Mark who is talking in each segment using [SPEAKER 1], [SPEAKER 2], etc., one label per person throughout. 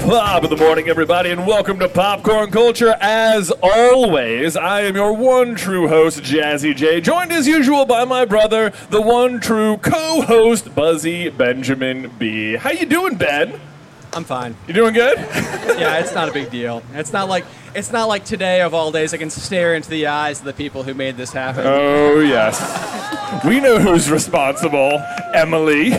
[SPEAKER 1] Pop of the morning, everybody, and welcome to Popcorn Culture. As always, I am your one true host, Jazzy J, joined as usual by my brother, the one true co-host, Buzzy Benjamin B. How you doing, Ben?
[SPEAKER 2] I'm fine.
[SPEAKER 1] You doing good?
[SPEAKER 2] Yeah, it's not a big deal. It's not like it's not like today of all days. I can stare into the eyes of the people who made this happen.
[SPEAKER 1] Oh yes. We know who's responsible. Emily,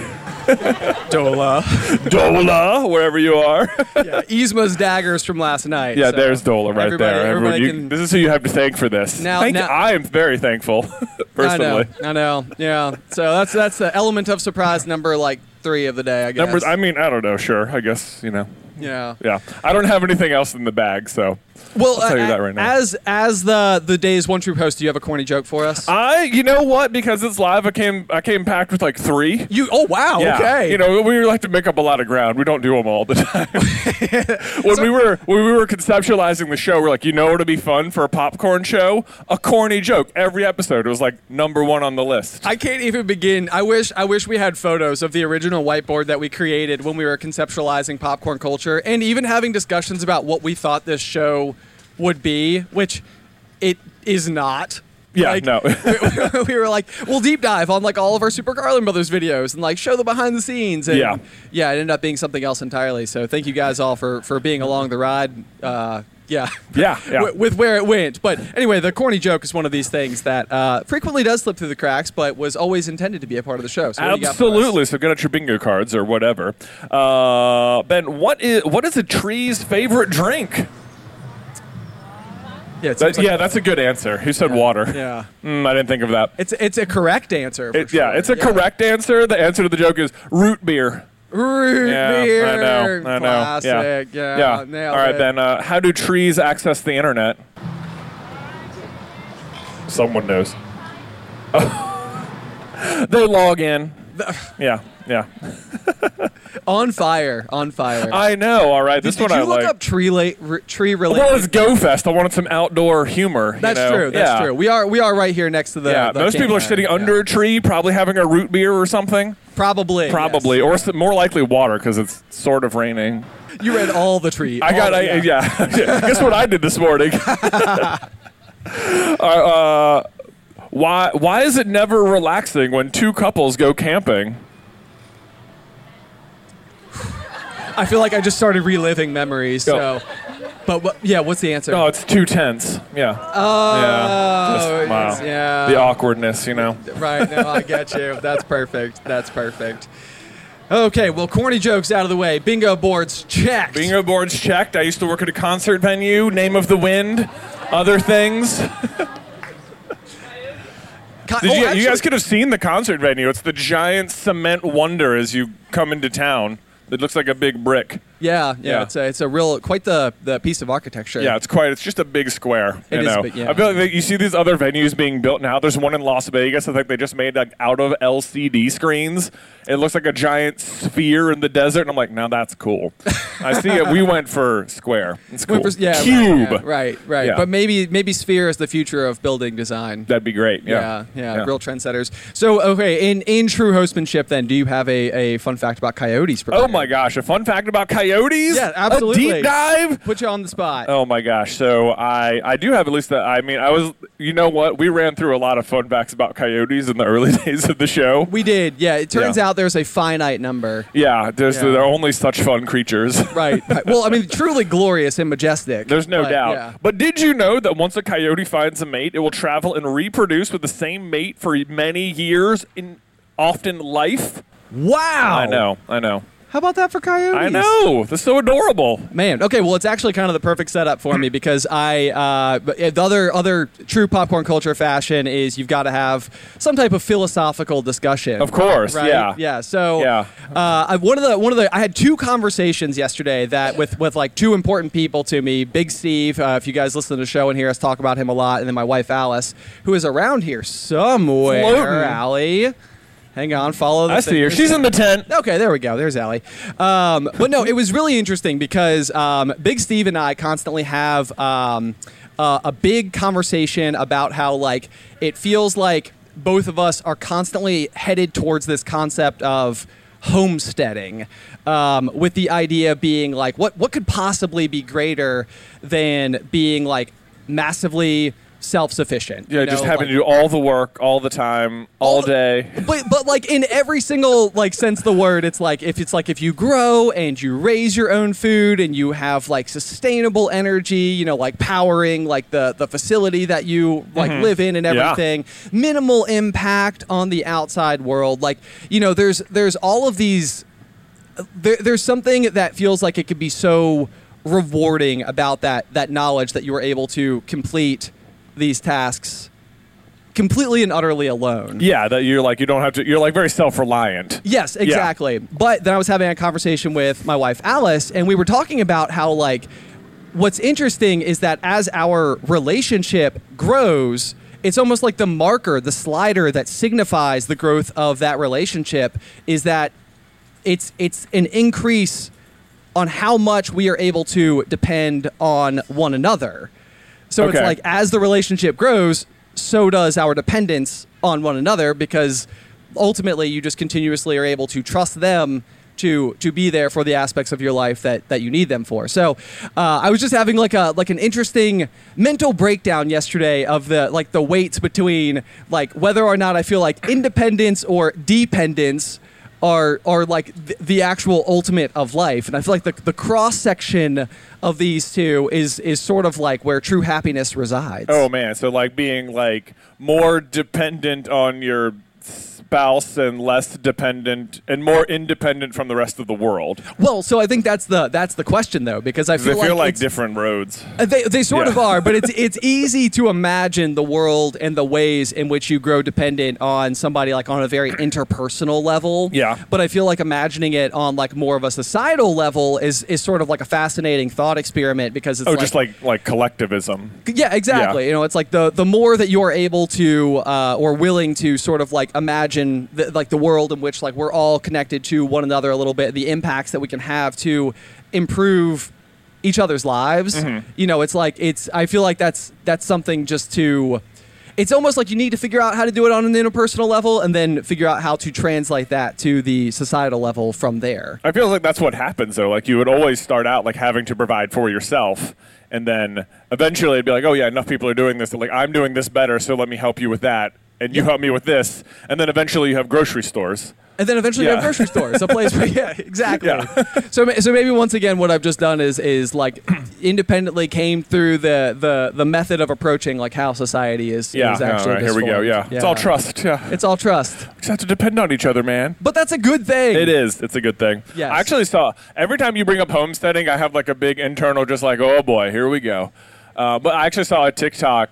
[SPEAKER 2] Dola,
[SPEAKER 1] Dola, wherever you are.
[SPEAKER 2] yeah, Yzma's daggers from last night.
[SPEAKER 1] Yeah,
[SPEAKER 2] so
[SPEAKER 1] there's Dola right
[SPEAKER 2] everybody-
[SPEAKER 1] there.
[SPEAKER 2] everybody
[SPEAKER 1] Everyone, you-
[SPEAKER 2] can-
[SPEAKER 1] this is who you have to thank for this.
[SPEAKER 2] Now-
[SPEAKER 1] thank
[SPEAKER 2] now-
[SPEAKER 1] I am very thankful,
[SPEAKER 2] I know.
[SPEAKER 1] personally.
[SPEAKER 2] I know. Yeah. So that's that's the element of surprise number like three of the day. I guess.
[SPEAKER 1] Numbers. I mean, I don't know. Sure, I guess you know.
[SPEAKER 2] yeah.
[SPEAKER 1] Yeah, I don't have anything else in the bag, so
[SPEAKER 2] Well,
[SPEAKER 1] I'll tell you
[SPEAKER 2] uh,
[SPEAKER 1] that right now.
[SPEAKER 2] as as the the day's one true host, do you have a corny joke for us?
[SPEAKER 1] I, you know what? Because it's live, I came, I came packed with like three.
[SPEAKER 2] you. Oh wow.
[SPEAKER 1] Yeah.
[SPEAKER 2] Okay.
[SPEAKER 1] You know, we like to make up a lot of ground. We don't do them all the time. when we were when we were conceptualizing the show, we're like, you know, what would be fun for a popcorn show? A corny joke. Every episode was like number one on the list.
[SPEAKER 2] I can't even begin. I wish I wish we had photos of the original whiteboard that we created when we were conceptualizing popcorn culture and even having discussions about what we thought this show would be, which it is not.
[SPEAKER 1] Yeah,
[SPEAKER 2] Like,
[SPEAKER 1] no.
[SPEAKER 2] we, we were like, we'll deep dive on like all of our Super Garland Brothers videos and like show the behind the scenes. And
[SPEAKER 1] Yeah.
[SPEAKER 2] yeah, it ended up being something else entirely. So thank you guys all for for being along the ride. Uh, yeah.
[SPEAKER 1] Yeah, yeah.
[SPEAKER 2] With- with where it went. But anyway, the corny joke is one of these things that uh, frequently does slip through the cracks, but was always intended to be a part of the show. So what do you got for us?
[SPEAKER 1] Absolutely. So get out your bingo cards or whatever. Uh, ben, what is what is a tree's favorite drink?
[SPEAKER 2] Yeah, it
[SPEAKER 1] That-
[SPEAKER 2] seems like-
[SPEAKER 1] yeah, that's a good answer. Who said water?
[SPEAKER 2] yeah.
[SPEAKER 1] Mm, I didn't think of that.
[SPEAKER 2] It's it's a correct answer. for
[SPEAKER 1] It- yeah,
[SPEAKER 2] sure.
[SPEAKER 1] it's a correct answer. The answer to the joke is root beer.
[SPEAKER 2] Root
[SPEAKER 1] Yeah,
[SPEAKER 2] beer.
[SPEAKER 1] I know. I know.
[SPEAKER 2] Classic.
[SPEAKER 1] Yeah.
[SPEAKER 2] Yeah.
[SPEAKER 1] All
[SPEAKER 2] Nailed
[SPEAKER 1] right,
[SPEAKER 2] it.
[SPEAKER 1] then. Uh, how do trees access the internet? Someone knows. they log in. Yeah. Yeah.
[SPEAKER 2] On fire. On fire.
[SPEAKER 1] I know. All right. This
[SPEAKER 2] Did you
[SPEAKER 1] one I
[SPEAKER 2] look
[SPEAKER 1] like.
[SPEAKER 2] up tree la- r- tree related?
[SPEAKER 1] well, it's Go Fest. I wanted some outdoor humor. you
[SPEAKER 2] that's
[SPEAKER 1] know?
[SPEAKER 2] true. That's
[SPEAKER 1] Yeah.
[SPEAKER 2] true. We are we are right here next to the.
[SPEAKER 1] yeah,
[SPEAKER 2] the
[SPEAKER 1] most people are
[SPEAKER 2] camera.
[SPEAKER 1] sitting
[SPEAKER 2] Yeah.
[SPEAKER 1] under a tree, probably having a root beer or something.
[SPEAKER 2] Probably. yes.
[SPEAKER 1] Probably, or s- more likely water because it's sort of raining.
[SPEAKER 2] You read all the tree.
[SPEAKER 1] I
[SPEAKER 2] all
[SPEAKER 1] got,
[SPEAKER 2] the-
[SPEAKER 1] I, yeah. Guess what I did this morning? Uh, uh, why, why is it never relaxing when two couples go camping?
[SPEAKER 2] I feel like I just started reliving memories.
[SPEAKER 1] Go.
[SPEAKER 2] So, but what, yeah, what's the answer?
[SPEAKER 1] No, Oh, it's too tense. Yeah. yeah. Just-
[SPEAKER 2] Oh,
[SPEAKER 1] wow.
[SPEAKER 2] yes, yeah.
[SPEAKER 1] The awkwardness, you know.
[SPEAKER 2] Right. No, I get you. That's perfect. That's perfect. Okay. Well, corny jokes out of the way. Bingo boards checked.
[SPEAKER 1] Bingo boards checked. I used to work at a concert venue. Name of the wind, other things.
[SPEAKER 2] Co-
[SPEAKER 1] Did
[SPEAKER 2] oh,
[SPEAKER 1] you,
[SPEAKER 2] actually-
[SPEAKER 1] you guys could have seen the concert venue. It's the giant cement wonder as you come into town. It looks like a big brick.
[SPEAKER 2] Yeah, yeah.
[SPEAKER 1] Yeah.
[SPEAKER 2] It's a, it's a real quite the the piece of architecture.
[SPEAKER 1] Yeah, it's quite. It's just a big square.
[SPEAKER 2] It
[SPEAKER 1] you
[SPEAKER 2] is
[SPEAKER 1] know,
[SPEAKER 2] big, yeah.
[SPEAKER 1] I feel like you see these other venues being built now. There's one in Las Vegas. I think they just made like out of LCD screens. It looks like a giant sphere in the desert, and I'm like, now that's cool. I see it. We went for square. It's cool.
[SPEAKER 2] Wait for- yeah, right,
[SPEAKER 1] Cube.
[SPEAKER 2] yeah, Right. Right.
[SPEAKER 1] Yeah.
[SPEAKER 2] But maybe maybe sphere is the future of building design.
[SPEAKER 1] That'd be great. Yeah.
[SPEAKER 2] Yeah, yeah, real trendsetters. So, okay, in, in true hostmanship, then, do you have a, a fun fact about coyotes?
[SPEAKER 1] Oh
[SPEAKER 2] prepared?
[SPEAKER 1] my gosh! A fun fact about coyotes.
[SPEAKER 2] Yeah, absolutely.
[SPEAKER 1] A deep dive.
[SPEAKER 2] Put you on the spot.
[SPEAKER 1] Oh my gosh! So I I do have at least the I mean I was you know what we ran through a lot of fun facts about coyotes in the early days of the show.
[SPEAKER 2] We did, yeah. It turns
[SPEAKER 1] Yeah.
[SPEAKER 2] out there's a finite number.
[SPEAKER 1] yeah, there's
[SPEAKER 2] Yeah.
[SPEAKER 1] they're only such fun creatures.
[SPEAKER 2] Right, right. Well, I mean, truly glorious and majestic.
[SPEAKER 1] There's no
[SPEAKER 2] but,
[SPEAKER 1] doubt.
[SPEAKER 2] yeah.
[SPEAKER 1] But did you know that once a coyote finds a mate, it will travel and reproduce with the same mate for many years in often life?
[SPEAKER 2] Wow.
[SPEAKER 1] I know, I know.
[SPEAKER 2] How about that for coyotes?
[SPEAKER 1] I know. That's so adorable.
[SPEAKER 2] Man, okay, well, it's actually kind of the perfect setup for me because I uh, but, uh, the other other true popcorn culture fashion is you've got to have some type of philosophical discussion.
[SPEAKER 1] Of course,
[SPEAKER 2] right?
[SPEAKER 1] yeah.
[SPEAKER 2] yeah. So,
[SPEAKER 1] Yeah.
[SPEAKER 2] Uh, I, one of the one of the I had two conversations yesterday that with with like two important people to me. Big Steve, uh, if you guys listen to the show and hear us talk about him a lot, and then my wife Alice, who is around here somewhere.
[SPEAKER 1] Floating.
[SPEAKER 2] Allie, hang on, follow. The
[SPEAKER 1] I see her.
[SPEAKER 2] fingers.
[SPEAKER 1] She's in the tent.
[SPEAKER 2] Okay, there we go. There's Allie. Um, but no, it was really interesting because um, Big Steve and I constantly have um, uh, a big conversation about how like it feels like both of us are constantly headed towards this concept of homesteading um, with the idea being like what what could possibly be greater than being like massively self-sufficient
[SPEAKER 1] Yeah,
[SPEAKER 2] you
[SPEAKER 1] just
[SPEAKER 2] know,
[SPEAKER 1] having
[SPEAKER 2] like-
[SPEAKER 1] to do all the work, all the time, all day.
[SPEAKER 2] but but like in every single like sense of the word, it's like if it's like if you grow and you raise your own food and you have like sustainable energy, you know, like powering like the the facility that you like live in and
[SPEAKER 1] Yeah.
[SPEAKER 2] everything, minimal impact on the outside world. Like you know, there's there's all of these there, there's something that feels like it could be so rewarding about that that knowledge that you were able to complete these tasks completely and utterly alone.
[SPEAKER 1] Yeah, that you're like you don't have to. You're like very self-reliant.
[SPEAKER 2] Yes, exactly. But then I was having a conversation with my wife Alice, and we were talking about how like what's interesting is that as our relationship grows, it's almost like the marker, the slider that signifies the growth of that relationship is that it's it's an increase on how much we are able to depend on one another. So it's
[SPEAKER 1] Okay.
[SPEAKER 2] like as the relationship grows, so does our dependence on one another because ultimately you just continuously are able to trust them to to be there for the aspects of your life that that you need them for. So uh, I was just having like a like an interesting mental breakdown yesterday of the like the weights between like whether or not I feel like independence or dependence are are like th- the actual ultimate of life and i feel like the, the cross section of these two is is sort of like where true happiness resides
[SPEAKER 1] Oh man, so like being like more dependent on your spouse and less dependent and more independent from the rest of the world.
[SPEAKER 2] well so i think that's the that's the question though because i
[SPEAKER 1] They
[SPEAKER 2] feel
[SPEAKER 1] feel
[SPEAKER 2] like,
[SPEAKER 1] like,
[SPEAKER 2] it's-
[SPEAKER 1] different roads.
[SPEAKER 2] Uh, They, they sort
[SPEAKER 1] Yeah.
[SPEAKER 2] of are, but it's it's easy to imagine the world and the ways in which you grow dependent on somebody like on a very interpersonal level.
[SPEAKER 1] Yeah.
[SPEAKER 2] But I feel like imagining it on like more of a societal level is is sort of like a fascinating thought experiment because it's
[SPEAKER 1] Oh, just like like collectivism.
[SPEAKER 2] yeah, exactly.
[SPEAKER 1] Yeah.
[SPEAKER 2] You know, it's like the the more that you're able to uh, or willing to sort of like imagine the, like the world in which like we're all connected to one another a little bit, the impacts that we can have to improve each other's lives. You know, it's like it's I feel like that's that's something just to it's almost like you need to figure out how to do it on an interpersonal level and then figure out how to translate that to the societal level from there.
[SPEAKER 1] I feel like that's what happens though. Like you would always start out like having to provide for yourself, and then eventually it'd be like, oh yeah, enough people are doing this. Like I'm doing this better, so let me help you with that, and you help me with this, and then eventually you have grocery stores.
[SPEAKER 2] And then eventually
[SPEAKER 1] Yeah.
[SPEAKER 2] you have grocery stores, a place where yeah, exactly.
[SPEAKER 1] Yeah.
[SPEAKER 2] so ma- so maybe once again, what I've just done is is like independently came through the the the method of approaching like how society is.
[SPEAKER 1] Yeah,
[SPEAKER 2] is
[SPEAKER 1] yeah,
[SPEAKER 2] actually
[SPEAKER 1] all right, here we go.
[SPEAKER 2] disformed.
[SPEAKER 1] Yeah. it's all trust. Yeah,
[SPEAKER 2] It's all trust.
[SPEAKER 1] just have to depend on each other, man.
[SPEAKER 2] But that's a good thing.
[SPEAKER 1] It is. It's a good thing.
[SPEAKER 2] Yes.
[SPEAKER 1] I actually saw every time you bring up homesteading, I have like a big internal, just like, oh boy, here we go. Uh, but I actually saw a TikTok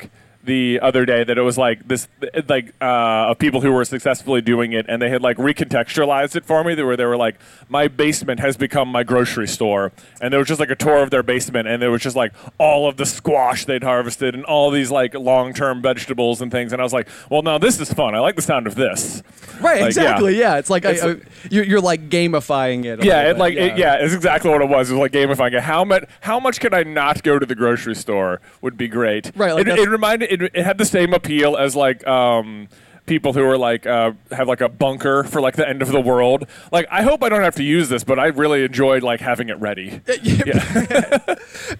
[SPEAKER 1] the other day that it was like this, like uh, of people who were successfully doing it, and they had like recontextualized it for me. They were they were like, my basement has become my grocery store, and there was just like a tour of their basement, and there was just like all of the squash they'd harvested and all these like long term vegetables and things. And I was like, well, now this is fun. I like the sound of this.
[SPEAKER 2] right.
[SPEAKER 1] Like, yeah.
[SPEAKER 2] exactly. Yeah. It's like
[SPEAKER 1] It's
[SPEAKER 2] I,
[SPEAKER 1] a-
[SPEAKER 2] I, you're, you're like gamifying it. a
[SPEAKER 1] Yeah,
[SPEAKER 2] little
[SPEAKER 1] it
[SPEAKER 2] bit.
[SPEAKER 1] like yeah. It, yeah, it's exactly what it was. It was like gamifying it. How much how much could I not go to the grocery store would be great.
[SPEAKER 2] Right, like
[SPEAKER 1] it,
[SPEAKER 2] that's-
[SPEAKER 1] it reminded it, it had the same appeal as like um people who are like uh, have like a bunker for like the end of the world. Like I hope I don't have to use this, but I really enjoyed like having it ready.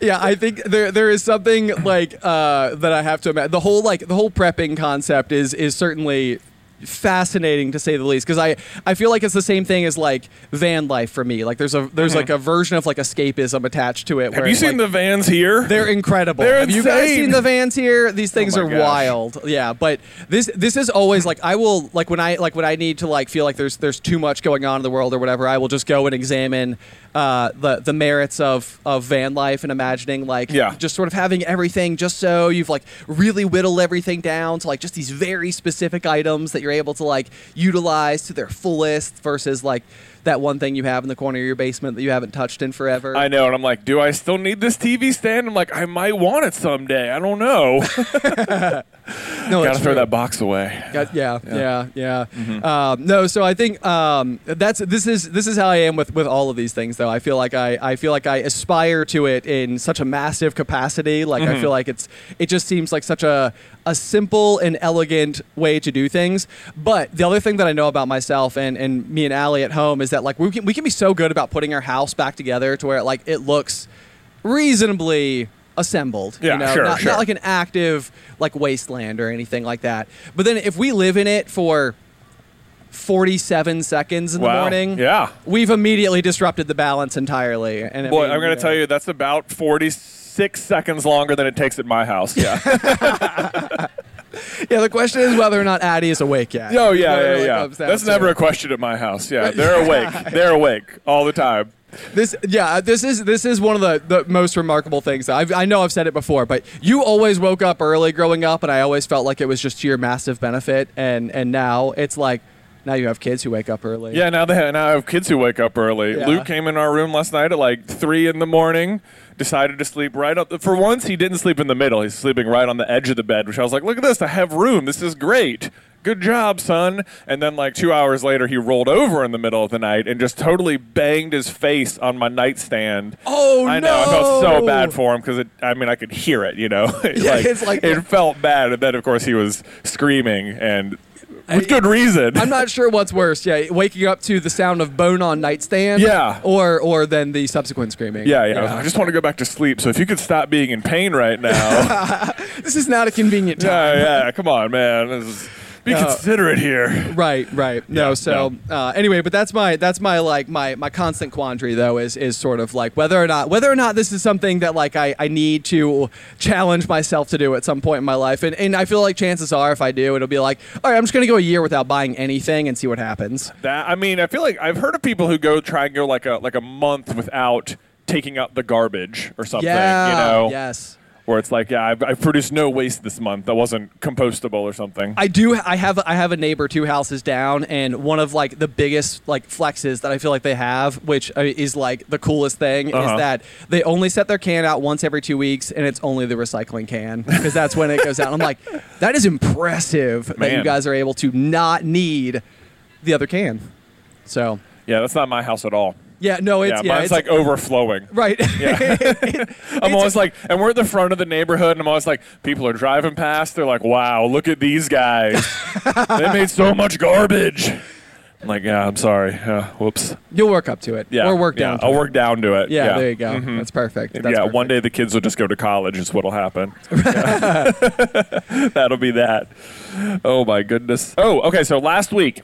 [SPEAKER 2] yeah, I think there there is something like uh, that I have to imagine. The whole like the whole prepping concept is is certainly fascinating to say the least because I, I feel like it's the same thing as like van life for me like there's a there's like a version of like escapism attached to it
[SPEAKER 1] Mm-hmm. Have you seen the vans here?
[SPEAKER 2] they're incredible
[SPEAKER 1] They're
[SPEAKER 2] have you guys
[SPEAKER 1] insane. Oh
[SPEAKER 2] seen the vans here these things
[SPEAKER 1] my
[SPEAKER 2] are
[SPEAKER 1] gosh.
[SPEAKER 2] wild yeah but this this is always like I will like when I like when I need to like feel like there's there's too much going on in the world or whatever I will just go and examine uh, the the merits of of van life and imagining like
[SPEAKER 1] Yeah.
[SPEAKER 2] just sort of having everything just so you've like really whittled everything down to like just these very specific items that you're able to like utilize to their fullest versus like that one thing you have in the corner of your basement that you haven't touched in forever.
[SPEAKER 1] I know, and I'm like, do I still need this TV stand? I'm like, I might want it someday. I don't know.
[SPEAKER 2] no,
[SPEAKER 1] Gotta
[SPEAKER 2] it's
[SPEAKER 1] throw
[SPEAKER 2] true.
[SPEAKER 1] that box away.
[SPEAKER 2] Got- yeah, yeah, yeah.
[SPEAKER 1] Mm-hmm.
[SPEAKER 2] Um, no, so I think um, that's this is this is how I am with with all of these things. Though I feel like I I feel like I aspire to it in such a massive capacity. Like I
[SPEAKER 1] Mm-hmm.
[SPEAKER 2] feel like it's it just seems like such a a simple and elegant way to do things. But the other thing that I know about myself and and me and Allie at home is that like we can we can be so good about putting our house back together to where like it looks reasonably assembled
[SPEAKER 1] Yeah,
[SPEAKER 2] you know
[SPEAKER 1] sure,
[SPEAKER 2] not,
[SPEAKER 1] sure.
[SPEAKER 2] not like an active like wasteland or anything like that but then if we live in it for 47 seconds in
[SPEAKER 1] Wow,
[SPEAKER 2] the morning
[SPEAKER 1] yeah.
[SPEAKER 2] we've immediately disrupted the balance entirely and I
[SPEAKER 1] Boy,
[SPEAKER 2] mean,
[SPEAKER 1] I'm gonna
[SPEAKER 2] know.
[SPEAKER 1] tell you, that's about 46 seconds longer than it takes at my house. Yeah.
[SPEAKER 2] yeah the question is whether or not addie is awake yet
[SPEAKER 1] oh yeah,
[SPEAKER 2] That's what it
[SPEAKER 1] yeah,
[SPEAKER 2] really
[SPEAKER 1] yeah.
[SPEAKER 2] comes down
[SPEAKER 1] That's
[SPEAKER 2] to.
[SPEAKER 1] never a question at my house. Yeah, they're awake. They're awake all the time.
[SPEAKER 2] this yeah this is this is one of the, the most remarkable things I've, i know i've said it before but you always woke up early growing up and i always felt like it was just to your massive benefit and and now it's like now you have kids who wake up early
[SPEAKER 1] Yeah, now they have, now I have kids who wake up early.
[SPEAKER 2] Yeah.
[SPEAKER 1] Luke came in our room last night at like three in the morning. Decided to sleep right up. For once, he didn't sleep in the middle. He's sleeping right on the edge of the bed, which I was like, "Look at this! I have room. This is great. Good job, son." And then, like two hours later, he rolled over in the middle of the night and just totally banged his face on my nightstand.
[SPEAKER 2] Oh,
[SPEAKER 1] I know. I felt so
[SPEAKER 2] no.
[SPEAKER 1] bad for him because I mean, I could hear it. You know,
[SPEAKER 2] Yeah, it's like-
[SPEAKER 1] it felt bad. And then, of course, he was screaming and with good reason.
[SPEAKER 2] I'm not sure what's worse. Yeah, waking up to the sound of bone on nightstand.
[SPEAKER 1] Yeah.
[SPEAKER 2] Or or then the subsequent screaming.
[SPEAKER 1] Yeah, yeah. I, was like, I just want to go back to sleep. So if you could stop being in pain right now.
[SPEAKER 2] This is not a convenient time.
[SPEAKER 1] yeah, yeah. Come on, man. This is- be
[SPEAKER 2] Uh,
[SPEAKER 1] considerate here.
[SPEAKER 2] Right, right. No,
[SPEAKER 1] Yeah,
[SPEAKER 2] so Uh, anyway, but that's my that's my like my my constant quandary though is is sort of like whether or not whether or not this is something that like I, I need to challenge myself to do at some point in my life. And and I feel like chances are if I do, it'll be like, all right, I'm just gonna go a year without buying anything and see what happens.
[SPEAKER 1] That I mean, I feel like I've heard of people who go try and go like a like a month without taking out the garbage or something.
[SPEAKER 2] yeah.
[SPEAKER 1] You know,
[SPEAKER 2] Yes.
[SPEAKER 1] where it's like, yeah, I've, I've produced no waste this month. That wasn't compostable or something.
[SPEAKER 2] I do. I have. I have a neighbor two houses down, and one of like the biggest like flexes that I feel like they have, which uh, is like the coolest thing,
[SPEAKER 1] Uh-huh.
[SPEAKER 2] is that they only set their can out once every two weeks, and it's only the recycling can because that's when it goes out. I'm like, that is impressive that
[SPEAKER 1] Man.
[SPEAKER 2] you guys are able to not need the other can. So
[SPEAKER 1] yeah, that's not my house at all.
[SPEAKER 2] yeah, no, it's
[SPEAKER 1] yeah,
[SPEAKER 2] yeah,
[SPEAKER 1] mine's
[SPEAKER 2] it's
[SPEAKER 1] like overflowing.
[SPEAKER 2] right.
[SPEAKER 1] I'm always like, and we're at the front of the neighborhood, and I'm always like, people are driving past. They're like, wow, look at these guys. they made so much garbage. I'm like, yeah, I'm sorry. Uh, whoops.
[SPEAKER 2] You'll work up to it.
[SPEAKER 1] Yeah.
[SPEAKER 2] or work
[SPEAKER 1] yeah,
[SPEAKER 2] down. to
[SPEAKER 1] I'll
[SPEAKER 2] it.
[SPEAKER 1] work down to it. Mm-hmm.
[SPEAKER 2] Yeah, there you go. That's perfect. That's
[SPEAKER 1] yeah,
[SPEAKER 2] perfect.
[SPEAKER 1] one day the kids will just go to college, is what'll happen. Yeah. That'll be that. Oh, my goodness. Oh, okay. So last week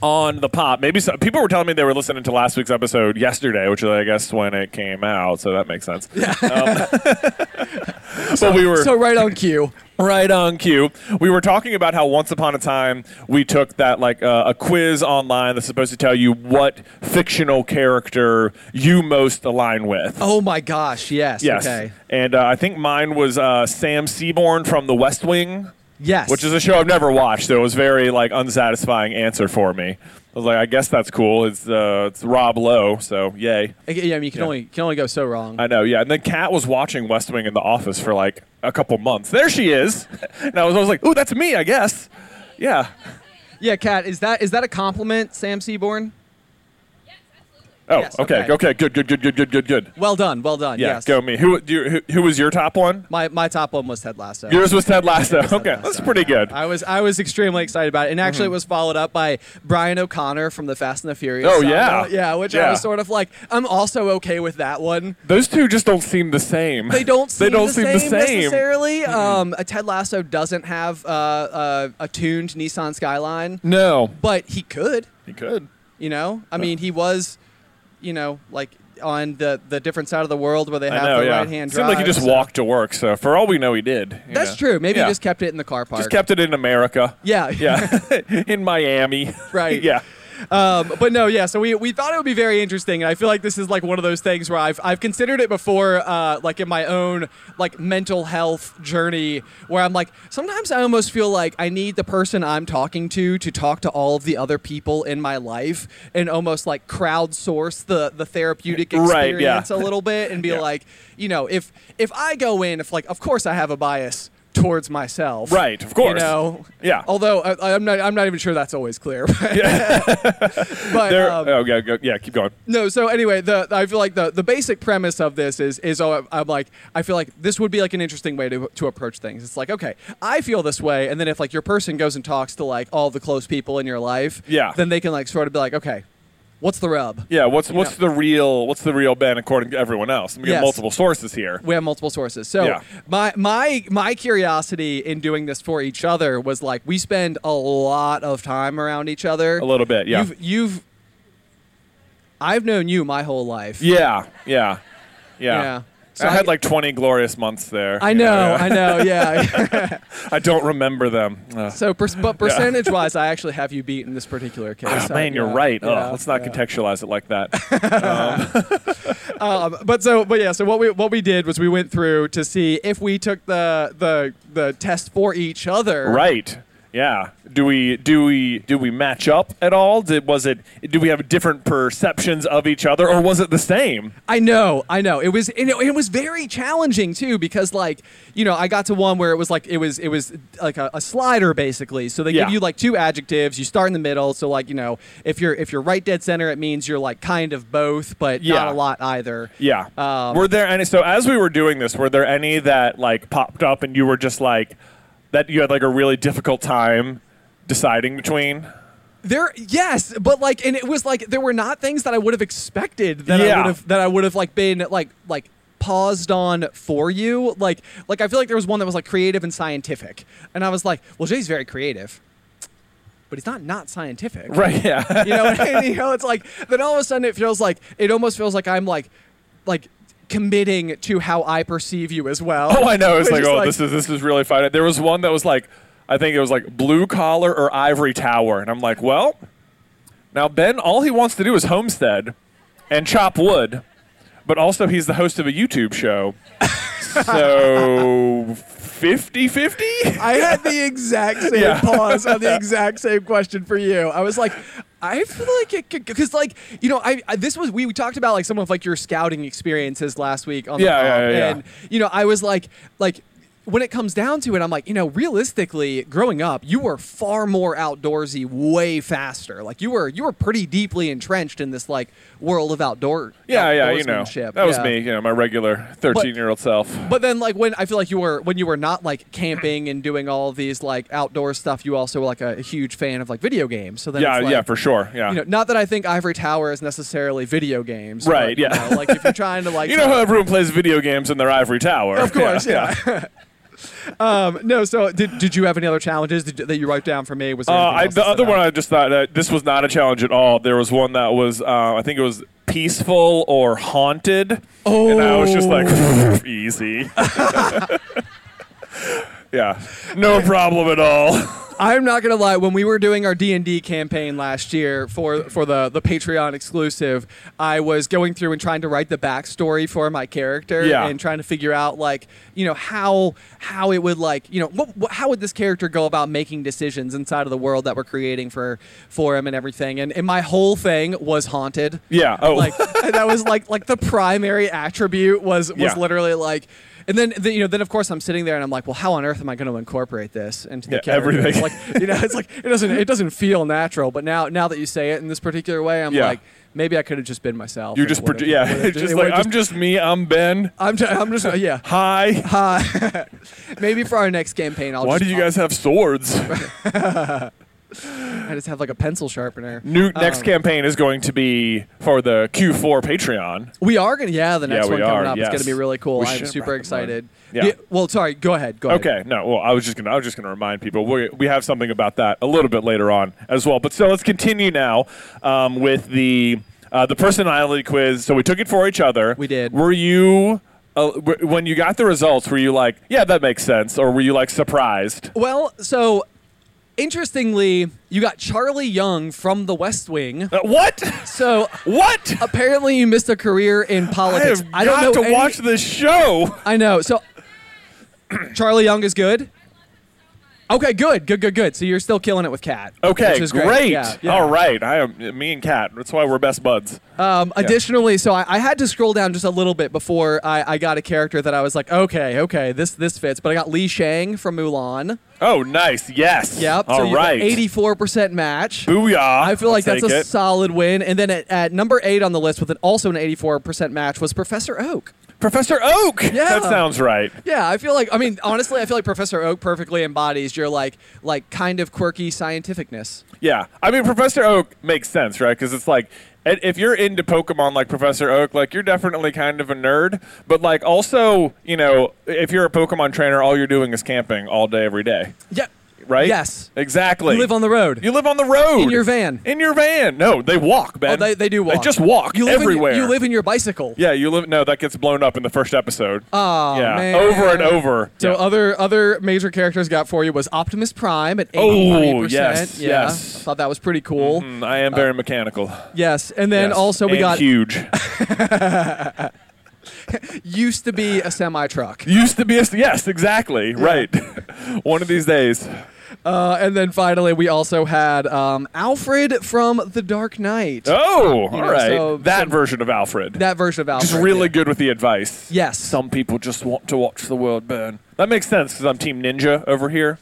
[SPEAKER 1] on the pop, maybe some, people were telling me they were listening to last week's episode yesterday, which is, I guess, when it came out. So that makes sense. Yeah. Um, so we were
[SPEAKER 2] So right on cue.
[SPEAKER 1] Right on cue. We were talking about how once upon a time we took that like uh, a quiz online that's supposed to tell you what fictional character you most align with.
[SPEAKER 2] Oh my gosh! Yes.
[SPEAKER 1] yes.
[SPEAKER 2] Okay.
[SPEAKER 1] And uh, I think mine was uh, Sam Seaborn from The West Wing,
[SPEAKER 2] Yes.
[SPEAKER 1] which is a show I've never watched. So it was a very like unsatisfying answer for me. I was like, I guess that's cool. It's uh, it's Rob Lowe, so yay.
[SPEAKER 2] I g- Yeah, I mean, you can
[SPEAKER 1] Yeah.
[SPEAKER 2] only can only go so wrong.
[SPEAKER 1] I know, yeah. And then Kat was watching West Wing in the office for like a couple months. There she is. And I was always like, ooh, that's me, I guess. Yeah.
[SPEAKER 2] yeah, Kat, is that is that a compliment, Sam Seaborn?
[SPEAKER 3] Yes, absolutely.
[SPEAKER 1] Oh,
[SPEAKER 2] Yes,
[SPEAKER 1] okay.
[SPEAKER 2] okay.
[SPEAKER 1] okay, good, good, good, good, good, good, good.
[SPEAKER 2] Well done, well done.
[SPEAKER 1] Yeah,
[SPEAKER 2] yes.
[SPEAKER 1] go me. Who, do you, who who was your top one?
[SPEAKER 2] My my top one was Ted Lasso.
[SPEAKER 1] Yours was Ted Lasso. Okay, that's
[SPEAKER 2] Lasso.
[SPEAKER 1] pretty good.
[SPEAKER 2] I was I was extremely excited about it, and actually
[SPEAKER 1] Mm-hmm.
[SPEAKER 2] it was followed up by Brian O'Connor from the Fast and the Furious.
[SPEAKER 1] Oh,
[SPEAKER 2] saga.
[SPEAKER 1] yeah.
[SPEAKER 2] yeah, which
[SPEAKER 1] Yeah.
[SPEAKER 2] I was sort of like, I'm also okay with that one.
[SPEAKER 1] Those two just don't seem the same.
[SPEAKER 2] They don't seem,
[SPEAKER 1] they don't
[SPEAKER 2] the,
[SPEAKER 1] seem
[SPEAKER 2] same
[SPEAKER 1] the same.
[SPEAKER 2] necessarily. Um, a Ted Lasso doesn't have uh, uh, a tuned Nissan Skyline,
[SPEAKER 1] No,
[SPEAKER 2] but he could.
[SPEAKER 1] he could.
[SPEAKER 2] You know,
[SPEAKER 1] Uh.
[SPEAKER 2] I mean, he was, you know, like on the the different side of the world where they
[SPEAKER 1] I
[SPEAKER 2] have
[SPEAKER 1] know.
[SPEAKER 2] the
[SPEAKER 1] yeah.
[SPEAKER 2] right hand
[SPEAKER 1] Seemed
[SPEAKER 2] drive.
[SPEAKER 1] like he just
[SPEAKER 2] so-
[SPEAKER 1] walked to work. So for all we know, he did. you
[SPEAKER 2] That's
[SPEAKER 1] know.
[SPEAKER 2] true. Maybe
[SPEAKER 1] Yeah.
[SPEAKER 2] he just kept it in the car park.
[SPEAKER 1] Just kept it in America.
[SPEAKER 2] Yeah.
[SPEAKER 1] Yeah. in Miami.
[SPEAKER 2] Right.
[SPEAKER 1] yeah.
[SPEAKER 2] Um, but no, yeah. So we, we thought it would be very interesting, and I feel like this is like one of those things where I've I've considered it before, uh, like in my own like mental health journey, where I'm like sometimes I almost feel like I need the person I'm talking to to talk to all of the other people in my life, and almost like crowdsource the the therapeutic
[SPEAKER 1] Right,
[SPEAKER 2] experience
[SPEAKER 1] yeah.
[SPEAKER 2] a little bit, and be
[SPEAKER 1] Yeah.
[SPEAKER 2] like, you know, if if I go in, if like of course I have a bias towards myself,
[SPEAKER 1] Right, of course.
[SPEAKER 2] you know,
[SPEAKER 1] Yeah.
[SPEAKER 2] Although I, I'm not I'm not even sure that's always clear. but
[SPEAKER 1] There.
[SPEAKER 2] um,
[SPEAKER 1] oh, yeah, go, yeah. Keep going.
[SPEAKER 2] no, so anyway, the I feel like the, the basic premise of this is is oh, I'm like I feel like this would be like an interesting way to, to approach things. It's like okay, I feel this way, and then if like your person goes and talks to like all the close people in your life,
[SPEAKER 1] Yeah.
[SPEAKER 2] then they can like sort of be like okay, what's the rub?
[SPEAKER 1] Yeah. What's what's the real what's the real Ben according to everyone else? We got
[SPEAKER 2] Yes.
[SPEAKER 1] multiple sources here.
[SPEAKER 2] we have multiple sources. So
[SPEAKER 1] Yeah.
[SPEAKER 2] my my my curiosity in doing this for each other was like we spend a lot of time around each other.
[SPEAKER 1] A little bit, yeah.
[SPEAKER 2] You've, you've I've known you my whole life.
[SPEAKER 1] Yeah. Yeah. Yeah.
[SPEAKER 2] Yeah. So
[SPEAKER 1] I, had
[SPEAKER 2] I-
[SPEAKER 1] like 20 glorious months there.
[SPEAKER 2] I
[SPEAKER 1] you
[SPEAKER 2] know,
[SPEAKER 1] yeah.
[SPEAKER 2] I know, yeah.
[SPEAKER 1] I don't remember them. Ugh.
[SPEAKER 2] so, per- but percentage-wise, I actually have you beat in this particular case.
[SPEAKER 1] Oh,
[SPEAKER 2] I-
[SPEAKER 1] man, you're
[SPEAKER 2] yeah,
[SPEAKER 1] right. Ugh,
[SPEAKER 2] yeah,
[SPEAKER 1] let's not
[SPEAKER 2] yeah.
[SPEAKER 1] contextualize it like that.
[SPEAKER 2] Um, but so, but yeah. So what we what we did was we went through to see if we took the the the test for each other.
[SPEAKER 1] right. Yeah. Do we do we do we match up at all? Did was it do we have different perceptions of each other or was it the same?
[SPEAKER 2] I know, I know. It was you know, it was very challenging too because like you know I got to one where it was like it was it was like a, a slider basically. So they
[SPEAKER 1] Yeah.
[SPEAKER 2] give you like two adjectives. You start in the middle. So like you know if you're if you're right dead center, it means you're like kind of both, but
[SPEAKER 1] Yeah.
[SPEAKER 2] not a lot either.
[SPEAKER 1] Yeah.
[SPEAKER 2] Um,
[SPEAKER 1] were there any? So as we were doing this, were there any that like popped up and you were just like that you had like a really difficult time deciding between?
[SPEAKER 2] There, yes, but like, and it was like there were not things that I would have expected that
[SPEAKER 1] Yeah.
[SPEAKER 2] I would have that I would have like been like like paused on for you. Like, like I feel like there was one that was like creative and scientific, and I was like, well, Jay's very creative, but he's not not scientific,
[SPEAKER 1] Right. Yeah.
[SPEAKER 2] You know, what I mean? you know, it's like then all of a sudden it feels like it almost feels like I'm like like committing to how I perceive you as well.
[SPEAKER 1] oh, I know. It's
[SPEAKER 2] Which
[SPEAKER 1] like, oh, this is this is really fun. There was one that was like, I think it was like blue collar or ivory tower, and I'm like, well, now Ben, all he wants to do is homestead and chop wood, but also he's the host of a YouTube show, so 50-50?
[SPEAKER 2] I had the exact same
[SPEAKER 1] Yeah.
[SPEAKER 2] pause on the exact same question for you. I was like, I feel like it could, because like you know, I, I this was we, we talked about like some of like your scouting experiences last week on
[SPEAKER 1] Yeah,
[SPEAKER 2] the
[SPEAKER 1] yeah,
[SPEAKER 2] pod,
[SPEAKER 1] yeah, yeah.
[SPEAKER 2] and you know, I was like, like. When it comes down to it, I'm like, you know, realistically, growing up, you were far more outdoorsy, way faster. Like you were, you were pretty deeply entrenched in this like world of outdoor.
[SPEAKER 1] Yeah, yeah, you know.
[SPEAKER 2] outdoorsmanship.
[SPEAKER 1] That was
[SPEAKER 2] Yeah.
[SPEAKER 1] me, you know, my regular 13 year old self.
[SPEAKER 2] But then, like when I feel like you were when you were not like camping and doing all of these like outdoor stuff, you also were like a, huge fan of like video games. So then,
[SPEAKER 1] Yeah,
[SPEAKER 2] it's, like,
[SPEAKER 1] yeah, for sure. Yeah.
[SPEAKER 2] You know, not that I think Ivory Tower is necessarily video games.
[SPEAKER 1] Right,
[SPEAKER 2] but, you
[SPEAKER 1] yeah.
[SPEAKER 2] know, like if you're trying to like.
[SPEAKER 1] You know how everyone plays video games in their ivory tower.
[SPEAKER 2] of course, yeah. um, no, so did, did you have any other challenges did, that you wrote down for me? Was there
[SPEAKER 1] Uh,
[SPEAKER 2] anything
[SPEAKER 1] I,
[SPEAKER 2] else
[SPEAKER 1] the
[SPEAKER 2] that
[SPEAKER 1] other
[SPEAKER 2] stood
[SPEAKER 1] one
[SPEAKER 2] out?
[SPEAKER 1] I just thought that this was not a challenge at all. There was one that was, uh, I think it was peaceful or haunted. And I was just like,
[SPEAKER 2] Oh.
[SPEAKER 1] easy. yeah. No problem at all.
[SPEAKER 2] I'm not gonna lie. When we were doing our D and D campaign last year for for the the Patreon exclusive, I was going through and trying to write the backstory for my character
[SPEAKER 1] Yeah.
[SPEAKER 2] and trying to figure out like you know how how it would like you know what, what, how would this character go about making decisions inside of the world that we're creating for for him and everything. And, and my whole thing was haunted.
[SPEAKER 1] Yeah, oh.
[SPEAKER 2] Like that was like like the primary attribute was was
[SPEAKER 1] Yeah.
[SPEAKER 2] literally like And then, the, you know, then of course I'm sitting there and I'm like, well, how on earth am I going to incorporate this into the
[SPEAKER 1] Yeah,
[SPEAKER 2] character?
[SPEAKER 1] everything.
[SPEAKER 2] It's like, you know, it's like it doesn't it doesn't feel natural. But now now that you say it in this particular way, I'm
[SPEAKER 1] Yeah.
[SPEAKER 2] like, maybe I could have just been myself.
[SPEAKER 1] You're
[SPEAKER 2] and it
[SPEAKER 1] just,
[SPEAKER 2] would've-
[SPEAKER 1] proje- yeah,
[SPEAKER 2] would've
[SPEAKER 1] it's
[SPEAKER 2] ju-
[SPEAKER 1] just
[SPEAKER 2] it
[SPEAKER 1] like,
[SPEAKER 2] would've
[SPEAKER 1] I'm just me, I'm Ben.
[SPEAKER 2] I'm just, I'm just yeah.
[SPEAKER 1] Hi.
[SPEAKER 2] Hi. Maybe for our next campaign, I'll
[SPEAKER 1] Why
[SPEAKER 2] just,
[SPEAKER 1] do you guys have swords?
[SPEAKER 2] I just have like a pencil sharpener.
[SPEAKER 1] New next
[SPEAKER 2] Um.
[SPEAKER 1] campaign is going to be for the Q4 Patreon.
[SPEAKER 2] We are gonna, yeah. The next
[SPEAKER 1] we
[SPEAKER 2] one coming
[SPEAKER 1] are,
[SPEAKER 2] up is
[SPEAKER 1] yes.
[SPEAKER 2] gonna be really cool.
[SPEAKER 1] We
[SPEAKER 2] I'm
[SPEAKER 1] should
[SPEAKER 2] super
[SPEAKER 1] wrap them up.
[SPEAKER 2] excited.
[SPEAKER 1] Yeah.
[SPEAKER 2] Well, sorry. Go ahead. Go ahead.
[SPEAKER 1] Okay, no, well, I was just gonna, I was just gonna remind people we we have something about that a little bit later on as well. But so let's continue now um, with the uh, the personality quiz. So we took it for each other.
[SPEAKER 2] We did.
[SPEAKER 1] Were you uh, w- when you got the results? Were you like, yeah, that makes sense, or were you like surprised?
[SPEAKER 2] Well, so interestingly, you got Charlie Young from The West Wing.
[SPEAKER 1] Uh, what?
[SPEAKER 2] So
[SPEAKER 1] What?
[SPEAKER 2] apparently, you missed a career in
[SPEAKER 1] I
[SPEAKER 2] politics.
[SPEAKER 1] have got
[SPEAKER 2] don't know
[SPEAKER 1] to
[SPEAKER 2] any-
[SPEAKER 1] watch this show.
[SPEAKER 2] I know. So Charlie Young is good. Okay, good, good, good, good. So you're still killing it with Cat.
[SPEAKER 1] Okay,
[SPEAKER 2] which is
[SPEAKER 1] great.
[SPEAKER 2] great. Yeah, yeah.
[SPEAKER 1] All right, I am me and Kat. That's why we're best buds.
[SPEAKER 2] Um, additionally, so I, I had to scroll down just a little bit before I, I got a character that I was like, okay, okay, this this fits. But I got Li Shang from Mulan.
[SPEAKER 1] Oh, nice. Yes.
[SPEAKER 2] Yep.
[SPEAKER 1] All
[SPEAKER 2] so you
[SPEAKER 1] right.
[SPEAKER 2] Eighty-four percent match.
[SPEAKER 1] Booyah.
[SPEAKER 2] I feel like
[SPEAKER 1] I'll
[SPEAKER 2] that's a
[SPEAKER 1] take it.
[SPEAKER 2] solid win. And then at, at number eight on the list with an also an eighty-four percent match was Professor Oak.
[SPEAKER 1] Professor Oak.
[SPEAKER 2] Yeah.
[SPEAKER 1] That sounds right.
[SPEAKER 2] Yeah, I feel like I mean honestly, I feel like Professor Oak perfectly embodies your like like kind of quirky scientificness.
[SPEAKER 1] Yeah. I mean, Professor Oak makes sense, right? Because it's like, i- if you're into Pokemon like Professor Oak, like you're definitely kind of a nerd. But like, also, you know, if you're a Pokemon trainer, all you're doing is camping all day, every day,
[SPEAKER 2] Yeah.
[SPEAKER 1] right?
[SPEAKER 2] Yes.
[SPEAKER 1] Exactly.
[SPEAKER 2] You live on the road.
[SPEAKER 1] You live on the road
[SPEAKER 2] In your van.
[SPEAKER 1] In your van. No, they walk, man.
[SPEAKER 2] Oh, they, they do walk.
[SPEAKER 1] They just walk
[SPEAKER 2] You live
[SPEAKER 1] everywhere.
[SPEAKER 2] In, you live in your bicycle.
[SPEAKER 1] Yeah, you live. No, that gets blown up in the first episode.
[SPEAKER 2] Oh,
[SPEAKER 1] yeah,
[SPEAKER 2] man.
[SPEAKER 1] over and over.
[SPEAKER 2] So
[SPEAKER 1] Yeah.
[SPEAKER 2] other other major characters got for you was Optimus Prime at
[SPEAKER 1] Oh,
[SPEAKER 2] eighty percent.
[SPEAKER 1] yes,
[SPEAKER 2] yeah,
[SPEAKER 1] yes.
[SPEAKER 2] I thought that was pretty cool.
[SPEAKER 1] Mm, I am very mechanical.
[SPEAKER 2] Mm-hmm. Yes, and then
[SPEAKER 1] Yes.
[SPEAKER 2] also we
[SPEAKER 1] And
[SPEAKER 2] got
[SPEAKER 1] huge.
[SPEAKER 2] used to be a semi truck,
[SPEAKER 1] Used to be a yes, exactly right. One of these days.
[SPEAKER 2] uh, and then finally we also had um, Alfred from The Dark Knight.
[SPEAKER 1] Oh, all
[SPEAKER 2] know,
[SPEAKER 1] right.
[SPEAKER 2] so-
[SPEAKER 1] that
[SPEAKER 2] so-
[SPEAKER 1] version of Alfred.
[SPEAKER 2] That version of Alfred.
[SPEAKER 1] just really good with the advice.
[SPEAKER 2] Yes.
[SPEAKER 1] Some people just want to watch the world burn. That makes sense because I'm Team Ninja over here.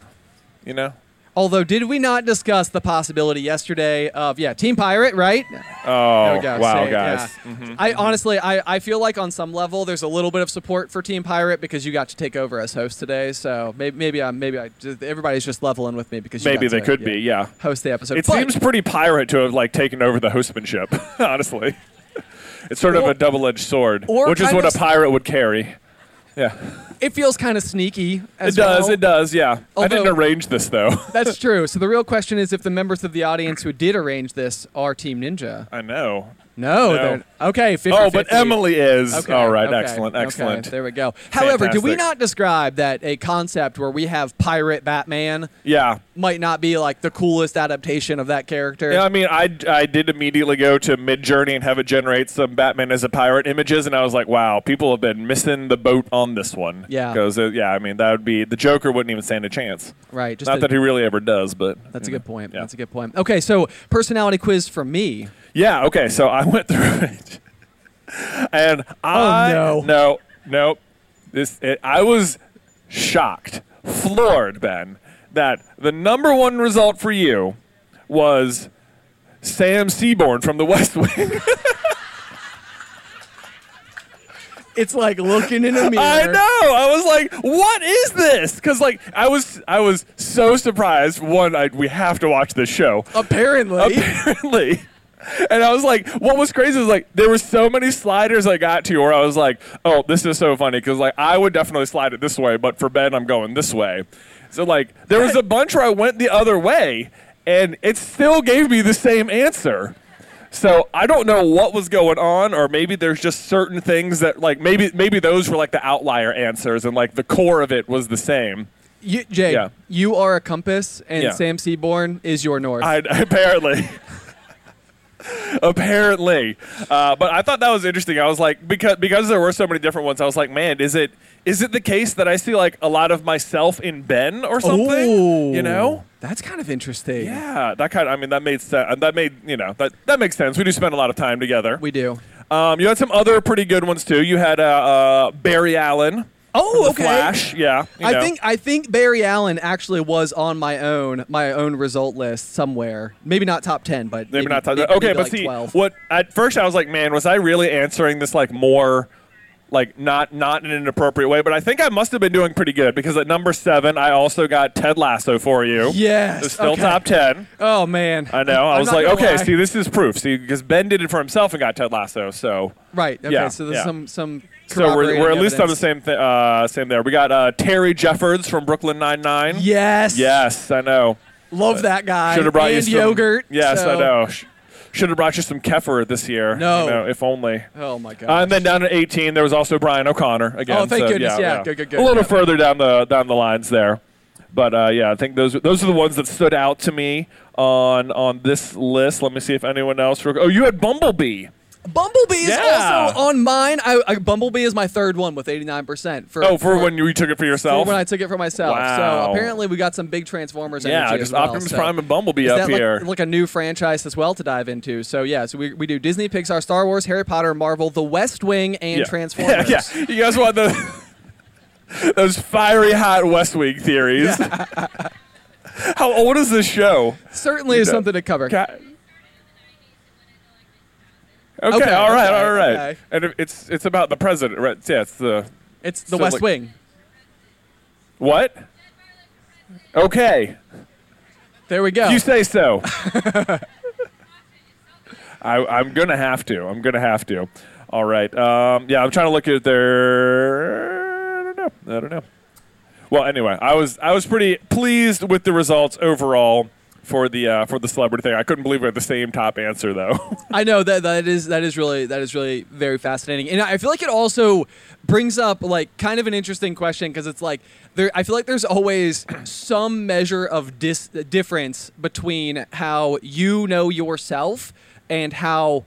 [SPEAKER 1] You know.
[SPEAKER 2] Although, did we not discuss the possibility yesterday of yeah, Team Pirate, right?
[SPEAKER 1] Oh
[SPEAKER 2] There we go,
[SPEAKER 1] wow,
[SPEAKER 2] same,
[SPEAKER 1] guys. Mm-hmm.
[SPEAKER 2] yeah. I honestly, I, I feel like on some level there's a little bit of support for Team Pirate because you got to take over as host today. So maybe maybe I maybe I just, everybody's just leveling with me because you
[SPEAKER 1] Maybe
[SPEAKER 2] got
[SPEAKER 1] they
[SPEAKER 2] to,
[SPEAKER 1] could
[SPEAKER 2] yeah,
[SPEAKER 1] be. Yeah.
[SPEAKER 2] host the episode.
[SPEAKER 1] It
[SPEAKER 2] But
[SPEAKER 1] seems pretty pirate to have like taken over the hostmanship. honestly, it's sort of
[SPEAKER 2] Or-
[SPEAKER 1] a double-edged sword,
[SPEAKER 2] or
[SPEAKER 1] which is
[SPEAKER 2] kind
[SPEAKER 1] what a
[SPEAKER 2] of-
[SPEAKER 1] pirate would carry. Yeah,
[SPEAKER 2] it feels kind of sneaky.
[SPEAKER 1] it
[SPEAKER 2] As
[SPEAKER 1] does.
[SPEAKER 2] well.
[SPEAKER 1] It does. Yeah, I didn't
[SPEAKER 2] Although-
[SPEAKER 1] arrange this though.
[SPEAKER 2] That's true. So the real question is if the members of the audience who did arrange this are Team Ninja.
[SPEAKER 1] I know. No.
[SPEAKER 2] No, they're okay. 50,
[SPEAKER 1] Oh, but
[SPEAKER 2] 50.
[SPEAKER 1] Emily is.
[SPEAKER 2] Okay,
[SPEAKER 1] All right.
[SPEAKER 2] okay,
[SPEAKER 1] Excellent.
[SPEAKER 2] okay,
[SPEAKER 1] Excellent.
[SPEAKER 2] there we go. However, did we
[SPEAKER 1] Fantastic.
[SPEAKER 2] not describe that a concept where we have pirate Batman
[SPEAKER 1] Yeah.
[SPEAKER 2] might not be like the coolest adaptation of that character?
[SPEAKER 1] Yeah, I mean, I, I did immediately go to Midjourney and have it generate some Batman as a pirate images, and I was like, wow, people have been missing the boat on this one.
[SPEAKER 2] Yeah.
[SPEAKER 1] Because, uh, yeah, I mean, that would be the Joker wouldn't even stand a chance.
[SPEAKER 2] Right. Just
[SPEAKER 1] Not
[SPEAKER 2] a-
[SPEAKER 1] that he really ever does, but.
[SPEAKER 2] that's a good point.
[SPEAKER 1] Yeah.
[SPEAKER 2] That's a good point. Okay, so personality quiz for me.
[SPEAKER 1] Yeah, okay, so I went through it. and I
[SPEAKER 2] no.
[SPEAKER 1] no, no. This it, I was shocked, floored, Ben, that the number one result for you was Sam Seaborn from the West Wing.
[SPEAKER 2] It's like looking in a mirror.
[SPEAKER 1] I know. I was like, "What is this?" Because like I was, I was so surprised. One, I, we have to watch this show.
[SPEAKER 2] Apparently.
[SPEAKER 1] apparently. And I was like, what was crazy is like there were so many sliders I got to where I was like, oh, this is so funny because like I would definitely slide it this way, but for Ben I'm going this way. So like there was a bunch where I went the other way, and it still gave me the same answer. So I don't know what was going on, or maybe there's just certain things that like maybe maybe those were like the outlier answers, and like the core of it was the same.
[SPEAKER 2] you, Jay,
[SPEAKER 1] Yeah.
[SPEAKER 2] you are a compass, and
[SPEAKER 1] Yeah.
[SPEAKER 2] Sam Seaborn is your north.
[SPEAKER 1] I, apparently. apparently. Uh, but I thought that was interesting. I was like, because because there were so many different ones, I was like, man, is it is it the case that I see like a lot of myself in Ben or something? You know?
[SPEAKER 2] That's kind of interesting.
[SPEAKER 1] Yeah, that kind of, I mean, that made sense. That made, you know, that, that makes sense. We do spend a lot of time together.
[SPEAKER 2] We do.
[SPEAKER 1] um, you had some other pretty good ones, too. You had uh, uh, Barry Allen
[SPEAKER 2] Oh,
[SPEAKER 4] from the
[SPEAKER 2] okay.
[SPEAKER 4] Flash. Yeah, you
[SPEAKER 2] I
[SPEAKER 4] know.
[SPEAKER 2] think I think Barry Allen actually was on my own my own result list somewhere. Maybe not top ten, but
[SPEAKER 4] Maybe not. Top,
[SPEAKER 2] maybe
[SPEAKER 4] okay, but
[SPEAKER 2] like
[SPEAKER 4] see,
[SPEAKER 2] 12.
[SPEAKER 4] what at first I was like, man, was I really answering this like more, like not not in an appropriate way? But I think I must have been doing pretty good because at number seven I also got Ted Lasso for you.
[SPEAKER 2] Yes,
[SPEAKER 4] it's still
[SPEAKER 2] okay.
[SPEAKER 4] top ten.
[SPEAKER 2] Oh man,
[SPEAKER 4] I know. I
[SPEAKER 2] I'm
[SPEAKER 4] was
[SPEAKER 2] not
[SPEAKER 4] like,
[SPEAKER 2] gonna
[SPEAKER 4] okay,
[SPEAKER 2] lie.
[SPEAKER 4] see, this is proof. See, because Ben did it for himself and got Ted Lasso, so
[SPEAKER 2] right. Okay,
[SPEAKER 4] yeah,
[SPEAKER 2] so there's
[SPEAKER 4] yeah.
[SPEAKER 2] some some.
[SPEAKER 4] so we're, we're at
[SPEAKER 2] corroborating
[SPEAKER 4] least on the
[SPEAKER 2] evidence.
[SPEAKER 4] same th- uh, same there. We got uh, Terry Jeffords from Brooklyn Nine Nine.
[SPEAKER 2] Yes.
[SPEAKER 4] Yes, I know.
[SPEAKER 2] Love that guy.
[SPEAKER 4] Should have brought
[SPEAKER 2] and
[SPEAKER 4] you some
[SPEAKER 2] yogurt.
[SPEAKER 4] Yes, I
[SPEAKER 2] so-
[SPEAKER 4] know. Should have brought you some kefir this year.
[SPEAKER 2] No.
[SPEAKER 4] you know, if only.
[SPEAKER 2] Oh my god.
[SPEAKER 4] Uh, and then down to 18, there was also Brian O'Connor again.
[SPEAKER 2] Oh, thank
[SPEAKER 4] so,
[SPEAKER 2] goodness,
[SPEAKER 4] Yeah,
[SPEAKER 2] yeah. Good, good, good.
[SPEAKER 4] A little
[SPEAKER 2] Yeah.
[SPEAKER 4] further down the down the lines there, but uh, yeah, I think those those are the ones that stood out to me on on this list. Let me see if anyone else. Rec- oh, you had Bumblebee.
[SPEAKER 2] Bumblebee is
[SPEAKER 4] Yeah.
[SPEAKER 2] also on mine. I, I, Bumblebee is my third one with 89% for,
[SPEAKER 4] Oh, for when you took it
[SPEAKER 2] for
[SPEAKER 4] for yourself.
[SPEAKER 2] when I took it for myself.
[SPEAKER 4] Wow.
[SPEAKER 2] So apparently we got some big Transformers
[SPEAKER 4] yeah,
[SPEAKER 2] energy
[SPEAKER 4] just
[SPEAKER 2] as well.
[SPEAKER 4] Optimus
[SPEAKER 2] so.
[SPEAKER 4] Prime and Bumblebee
[SPEAKER 2] Is
[SPEAKER 4] up
[SPEAKER 2] that like-
[SPEAKER 4] here.
[SPEAKER 2] Like, a new franchise as well to dive into. So yeah, so we, we do Disney, Pixar, Star Wars, Harry Potter, Marvel, The West Wing, and
[SPEAKER 4] Yeah.
[SPEAKER 2] Transformers.
[SPEAKER 4] Yeah, yeah. You guys want the those fiery hot West Wing theories? How old is this show?
[SPEAKER 2] Certainly is
[SPEAKER 4] Yeah.
[SPEAKER 2] something to cover.
[SPEAKER 4] Ca- Okay,
[SPEAKER 2] Okay,
[SPEAKER 4] all right,
[SPEAKER 2] okay,
[SPEAKER 4] all right.
[SPEAKER 2] okay.
[SPEAKER 4] And it- it's it's about the president, right? Yeah, it's the
[SPEAKER 2] It's The
[SPEAKER 4] So,
[SPEAKER 2] West
[SPEAKER 4] like-
[SPEAKER 2] Wing.
[SPEAKER 4] what? Okay,
[SPEAKER 2] There we go.
[SPEAKER 4] you say so. I, I'm gonna have to. I'm gonna have to. All right. Um, yeah, I'm trying to look at their. I don't know. I don't know. Well, anyway, I was I was pretty pleased with the results overall for the uh, for the celebrity thing. I couldn't believe we had the same top answer though.
[SPEAKER 2] I know that that is that is really that is really very fascinating, and I feel like it also brings up like kind of an interesting question because it's like there. I feel like there's always some measure of dis- difference between how you know yourself and how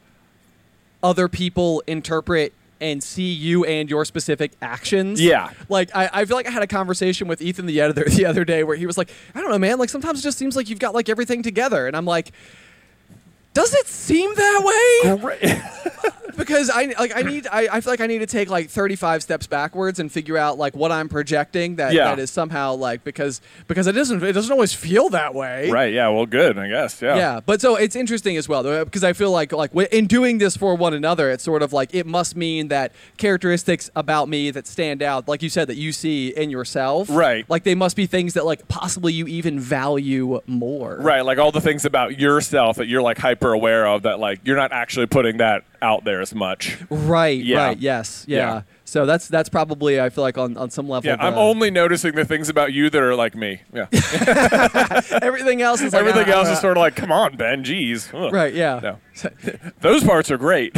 [SPEAKER 2] other people interpret and see you and your specific actions.
[SPEAKER 4] Yeah.
[SPEAKER 2] Like I, I feel like I had a conversation with Ethan the editor the other day where he was like, I don't know, man, like sometimes it just seems like you've got like everything together. And I'm like, does it seem that way? Because I like I need I, I feel like I need to take like 35 steps backwards and figure out like what I'm projecting that,
[SPEAKER 4] Yeah.
[SPEAKER 2] that is somehow like because because it doesn't it doesn't always feel that way.
[SPEAKER 4] Right. Yeah. Well, good. I guess. Yeah.
[SPEAKER 2] Yeah, but so it's interesting as well though, because I feel like like wi- in doing this for one another, it's sort of like it must mean that characteristics about me that stand out, like you said, that you see in yourself,
[SPEAKER 4] Right.
[SPEAKER 2] Like they must be things that like possibly you even value more,
[SPEAKER 4] Right. Like all the things about yourself that you're like hyper aware of that like you're not actually putting that out there as much.
[SPEAKER 2] Right,
[SPEAKER 4] Yeah.
[SPEAKER 2] right, yes, yeah.
[SPEAKER 4] Yeah.
[SPEAKER 2] So that's that's probably I feel like on, on some level.
[SPEAKER 4] Yeah. I'm
[SPEAKER 2] the-
[SPEAKER 4] only noticing the things about you that are like me. Yeah.
[SPEAKER 2] everything else is like,
[SPEAKER 4] Everything
[SPEAKER 2] ah,
[SPEAKER 4] else
[SPEAKER 2] ah,
[SPEAKER 4] is sort of like, come on, Ben. Jeez. Ugh.
[SPEAKER 2] right, yeah.
[SPEAKER 4] No. Those parts are great.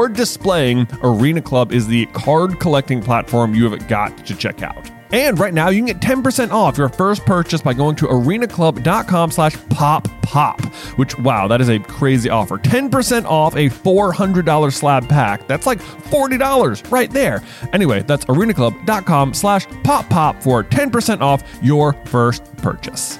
[SPEAKER 1] displaying, Arena Club is the card collecting platform you have got to check out. And right now, you can get 10% off your first purchase by going to arenaclub.com slash pop pop, which, wow, that is a crazy offer. 10% off a $400 slab pack. That's like $40 right there. Anyway, that's arenaclub.com slash pop pop for 10% off your first purchase.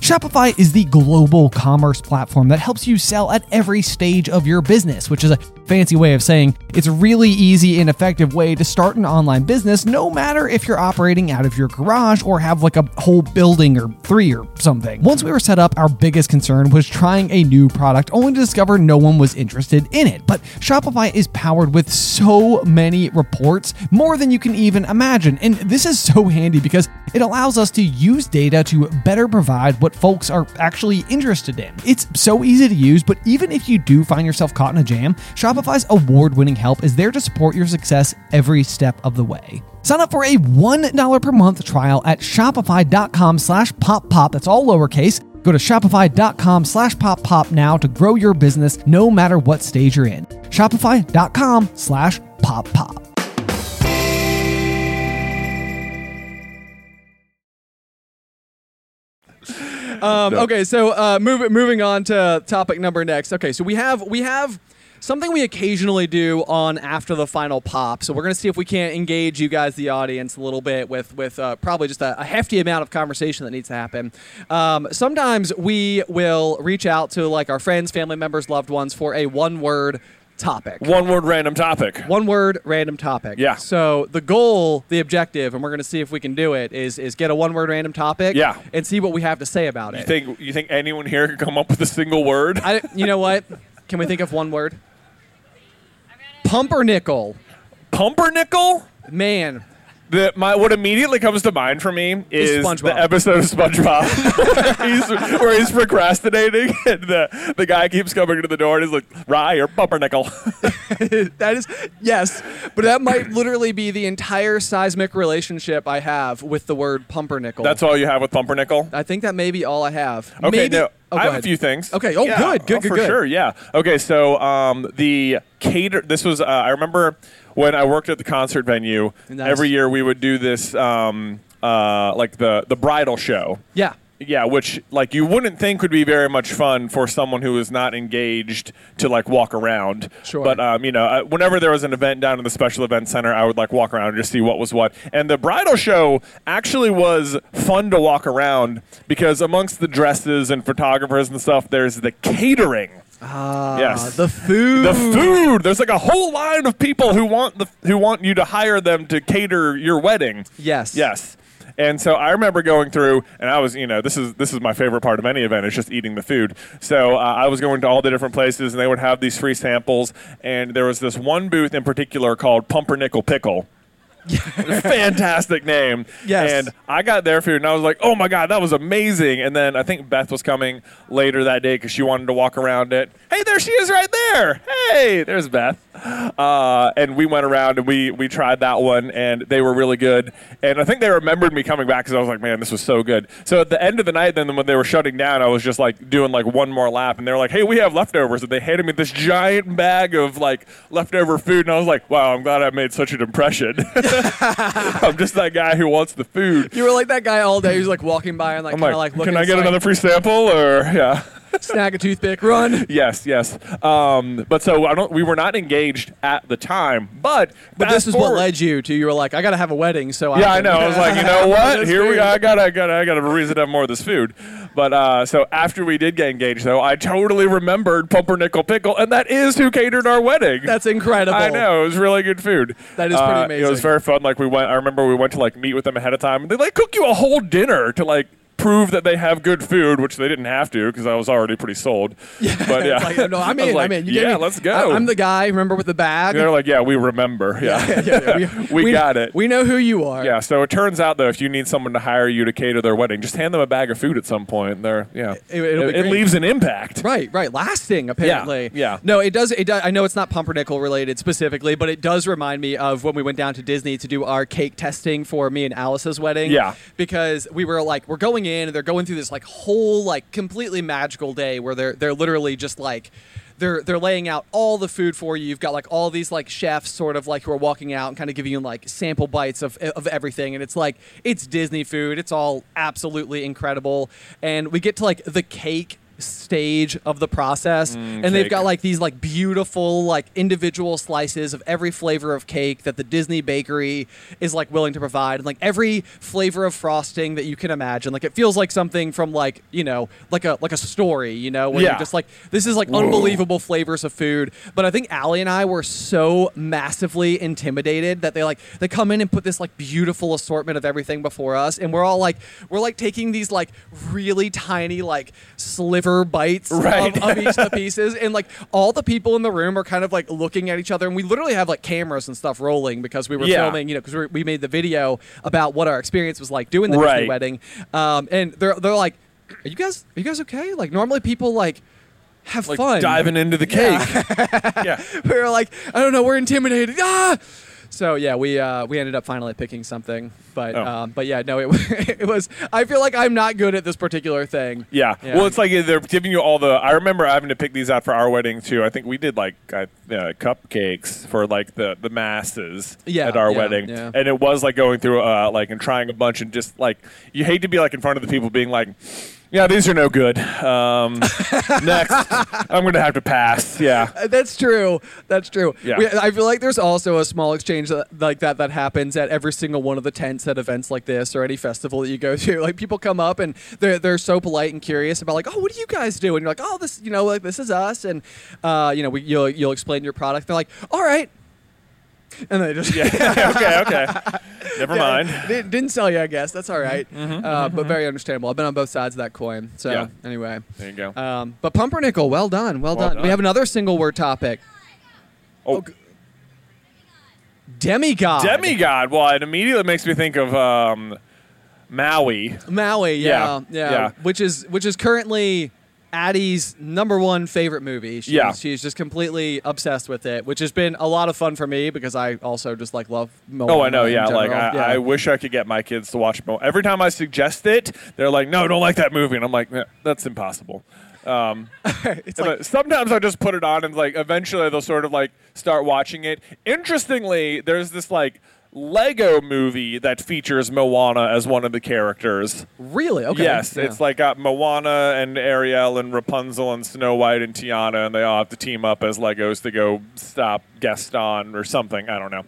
[SPEAKER 5] Shopify is the global commerce platform that helps you sell at every stage of your business, which is a fancy way of saying it's a really easy and effective way to start an online business no matter if you're operating out of your garage or have like a whole building or three or something. Once we were set up, our biggest concern was trying a new product only to discover no one was interested in it. But Shopify is powered with so many reports, more than you can even imagine. And this is so handy because it allows us to use data to better provide what folks are actually interested in. It's so easy to use, but even if you do find yourself caught in a jam, Shopify's award winning help is there to support your success every step of the way. Sign up for a $1 per month trial at shopify.com slash pop pop. That's all lowercase. Go to shopify.com slash pop pop now to grow your business no matter what stage you're in. Shopify.com slash pop pop.
[SPEAKER 2] Um, okay, so uh, move, moving on to topic number next. Okay, so we have we have something we occasionally do on after the final pop. So we're gonna see if we can't engage you guys, the audience, a little bit with with uh, probably just a, a hefty amount of conversation that needs to happen. Um, sometimes we will reach out to like our friends, family members, loved ones for a one word topic.
[SPEAKER 4] One word random topic.
[SPEAKER 2] One word, random topic.
[SPEAKER 4] Yeah.
[SPEAKER 2] So the goal, the objective, and we're going to see if we can do it, is is get a one word random topic.
[SPEAKER 4] Yeah.
[SPEAKER 2] And see what we have to say about
[SPEAKER 4] You
[SPEAKER 2] it.
[SPEAKER 4] think you think anyone here could come up with a single word?
[SPEAKER 2] I, you know what? Can we think of one word? Pumpernickel.
[SPEAKER 4] Pumpernickel?
[SPEAKER 2] Man.
[SPEAKER 4] The, my, what immediately comes to mind for me
[SPEAKER 2] Is
[SPEAKER 4] is
[SPEAKER 2] SpongeBob.
[SPEAKER 4] the episode of SpongeBob he's, where he's procrastinating and the, the guy keeps coming to the door and he's like, Rye or Pumpernickel.
[SPEAKER 2] That is yes, but that might literally be the entire seismic relationship I have with the word pumpernickel.
[SPEAKER 4] That's all you have with Pumpernickel?
[SPEAKER 2] I think that may be all I have.
[SPEAKER 4] Okay,
[SPEAKER 2] Maybe-
[SPEAKER 4] no,
[SPEAKER 2] Oh, go
[SPEAKER 4] I have
[SPEAKER 2] ahead.
[SPEAKER 4] a few things.
[SPEAKER 2] Okay, oh,
[SPEAKER 4] Yeah,
[SPEAKER 2] good, good,
[SPEAKER 4] oh,
[SPEAKER 2] good,
[SPEAKER 4] for
[SPEAKER 2] good.
[SPEAKER 4] sure. Yeah. Okay, so um, the cater. This was uh, I remember when I worked at the concert venue.
[SPEAKER 2] Nice.
[SPEAKER 4] Every year we would do this, um, uh, like the the bridal show.
[SPEAKER 2] Yeah.
[SPEAKER 4] Yeah, which like you wouldn't think would be very much fun for someone who is not engaged to like walk around.
[SPEAKER 2] Sure.
[SPEAKER 4] But um, you know, uh, whenever there was an event down in the special event center, I would like walk around and just see what was what. And the bridal show actually was fun to walk around because amongst the dresses and photographers and stuff, there's the catering. Ah,
[SPEAKER 2] Uh,
[SPEAKER 4] yes.
[SPEAKER 2] the food.
[SPEAKER 4] The food. There's like a whole line of people who want the who want you to hire them to cater your wedding.
[SPEAKER 2] Yes.
[SPEAKER 4] Yes. And so I remember going through, and I was, you know, this is this is my favorite part of any event. It's just eating the food. So uh, I was going to all the different places, and they would have these free samples. And there was this one booth in particular called Pumpernickel Pickle. Fantastic name.
[SPEAKER 2] Yes.
[SPEAKER 4] And I got their food, and I was like, "Oh my god, that was amazing!" And then I think Beth was coming later that day because she wanted to walk around it. Hey, there she is, right there. Hey, there's Beth. Uh, and we went around and we we tried that one, and they were really good. And I think they remembered me coming back because I was like, "Man, this was so good." So at the end of the night, then when they were shutting down, I was just like doing like one more lap, and they were like, "Hey, we have leftovers," and they handed me this giant bag of like leftover food, and I was like, "Wow, I'm glad I made such an impression." I'm just that guy who wants the food.
[SPEAKER 2] You were like that guy all day who's like walking by and like
[SPEAKER 4] I'm
[SPEAKER 2] kind
[SPEAKER 4] like,
[SPEAKER 2] of like looking.
[SPEAKER 4] can I
[SPEAKER 2] it's
[SPEAKER 4] get
[SPEAKER 2] like,
[SPEAKER 4] another free sample or yeah?
[SPEAKER 2] snag a toothpick, run.
[SPEAKER 4] yes, yes. Um, but so I don't. We were not engaged at the time, but
[SPEAKER 2] But this
[SPEAKER 4] fast
[SPEAKER 2] is what
[SPEAKER 4] forward-
[SPEAKER 2] led you to you were like, I gotta have a wedding, so
[SPEAKER 4] Yeah, I
[SPEAKER 2] can-
[SPEAKER 4] know. I was like, you know what?
[SPEAKER 2] This
[SPEAKER 4] Here we
[SPEAKER 2] food.
[SPEAKER 4] go. I got, I got, I got a reason to have more of this food. But uh, so after we did get engaged, though, I totally remembered Pumpernickel Pickle, and that is who catered our wedding.
[SPEAKER 2] That's incredible.
[SPEAKER 4] I know. It was really good food. Uh,
[SPEAKER 2] That is pretty
[SPEAKER 4] It was
[SPEAKER 2] amazing.
[SPEAKER 4] very fun. Like we went. I remember we went to like meet with them ahead of time, and they like cook you a whole dinner to like. prove that they have good food, which they didn't have to because I was already pretty sold. but yeah,
[SPEAKER 2] Like, no, I'm
[SPEAKER 4] I was
[SPEAKER 2] in.
[SPEAKER 4] like,
[SPEAKER 2] I'm in. You
[SPEAKER 4] yeah,
[SPEAKER 2] gave me-
[SPEAKER 4] let's go.
[SPEAKER 2] I, am the guy. Remember with the bag.
[SPEAKER 4] And they're like, yeah, we remember. Yeah,
[SPEAKER 2] Yeah,
[SPEAKER 4] we, got it.
[SPEAKER 2] We know who you are.
[SPEAKER 4] yeah, so it turns out though, if you need someone to hire you to cater their wedding, just hand them a bag of food at some point. They're yeah,
[SPEAKER 2] It- it'll be great.
[SPEAKER 4] leaves an impact.
[SPEAKER 2] Right, right. Lasting, apparently.
[SPEAKER 4] yeah.
[SPEAKER 2] No, it does. It does. I know it's not pumpernickel related specifically, but it does remind me of when we went down to Disney to do our cake testing for me and Alice's wedding.
[SPEAKER 4] Yeah.
[SPEAKER 2] Because we were like, we're going in, and they're going through this like whole like completely magical day where they're they're literally just like. They're, they're laying out all the food for you. You've got like all these like chefs sort of like who are walking out and kind of giving you like sample bites of, of everything. And it's like, it's Disney food. It's all absolutely incredible. And we get to like the cake stage of the process and they've
[SPEAKER 4] cake.
[SPEAKER 2] got like these like beautiful like individual slices of every flavor of cake that the Disney bakery is like willing to provide and like every flavor of frosting that you can imagine like it feels like something from like you know like a like a story you know where
[SPEAKER 4] Yeah.
[SPEAKER 2] you're just like this is like unbelievable flavors of food but I think Allie and I were so massively intimidated that they like they come in and put this like beautiful assortment of everything before us and we're all like we're like taking these like really tiny like sliver bites
[SPEAKER 4] Right.
[SPEAKER 2] of, of each of the pieces. And like all the people in the room are kind of like looking at each other. And we literally have like cameras and stuff rolling because we were
[SPEAKER 4] Yeah.
[SPEAKER 2] filming, you know, because we made the video about what our experience was like doing the
[SPEAKER 4] Right.
[SPEAKER 2] Disney wedding. Um, and they're, they're like, are you guys, are you guys okay? Like normally people like have
[SPEAKER 4] Like
[SPEAKER 2] fun.
[SPEAKER 4] diving into the cake. yeah.
[SPEAKER 2] we were like, I don't know, we're intimidated. Ah! So yeah, we uh, we ended up finally picking something, but
[SPEAKER 4] Oh.
[SPEAKER 2] um, but yeah, no, it, wa- it was. I feel like I'm not good at this particular thing.
[SPEAKER 4] Yeah. Well, it's like they're giving you all the. I remember having to pick these out for our wedding too. I think we did like uh, uh, cupcakes for like the the masses
[SPEAKER 2] Yeah,
[SPEAKER 4] at our
[SPEAKER 2] yeah,
[SPEAKER 4] wedding,
[SPEAKER 2] yeah.
[SPEAKER 4] and it was like going through uh, like and trying a bunch and just like you hate to be like in front of the people being like. Yeah, these are no good. Um, next, I'm going to have to pass. Yeah.
[SPEAKER 2] Uh, That's true. That's true.
[SPEAKER 4] Yeah.
[SPEAKER 2] We- I feel like there's also a small exchange that, like that that happens at every single one of the tents at events like this or any festival that you go to. Like people come up and they're they're so polite and curious about like, oh, what do you guys do? And you're like, oh, this you know like this is us, and uh, you know we, you'll you'll explain your product. They're like, all right, and they just
[SPEAKER 4] okay, okay. Never mind.
[SPEAKER 2] They didn't sell you, I guess. That's all right. uh, but very understandable. I've been on both sides of that coin. So
[SPEAKER 4] Mm-hmm. Yeah.
[SPEAKER 2] anyway,
[SPEAKER 4] There you go.
[SPEAKER 2] Um, but pumpernickel, well done, well,
[SPEAKER 4] Well
[SPEAKER 2] done.
[SPEAKER 4] done.
[SPEAKER 2] We have another single word topic.
[SPEAKER 4] Oh,
[SPEAKER 2] Demigod.
[SPEAKER 4] demigod. Well, it immediately makes me think of um, Maui.
[SPEAKER 2] Maui, yeah,
[SPEAKER 4] Yeah,
[SPEAKER 2] yeah,
[SPEAKER 4] yeah.
[SPEAKER 2] which is which is currently Addie's number one favorite movie. She's,
[SPEAKER 4] Yeah.
[SPEAKER 2] she's just completely obsessed with it, which has been a lot of fun for me because I also just like love. Moana
[SPEAKER 4] Oh, I know.
[SPEAKER 2] in
[SPEAKER 4] Yeah, like
[SPEAKER 2] general.
[SPEAKER 4] I, I wish I could get my kids to watch Mo. Every time I suggest it, they're like, "No, don't like that movie," and I'm like, "Eh, "That's impossible." Um,
[SPEAKER 2] it's
[SPEAKER 4] but
[SPEAKER 2] like
[SPEAKER 4] sometimes I just put it on, and like eventually they'll sort of like start watching it. Interestingly, there's this like Lego movie that features Moana as one of the characters.
[SPEAKER 2] really okay.
[SPEAKER 4] Yes,
[SPEAKER 2] yeah.
[SPEAKER 4] it's like got Moana and Ariel and Rapunzel and Snow White and Tiana, and they all have to team up as Legos to go stop Gaston or something. I don't know.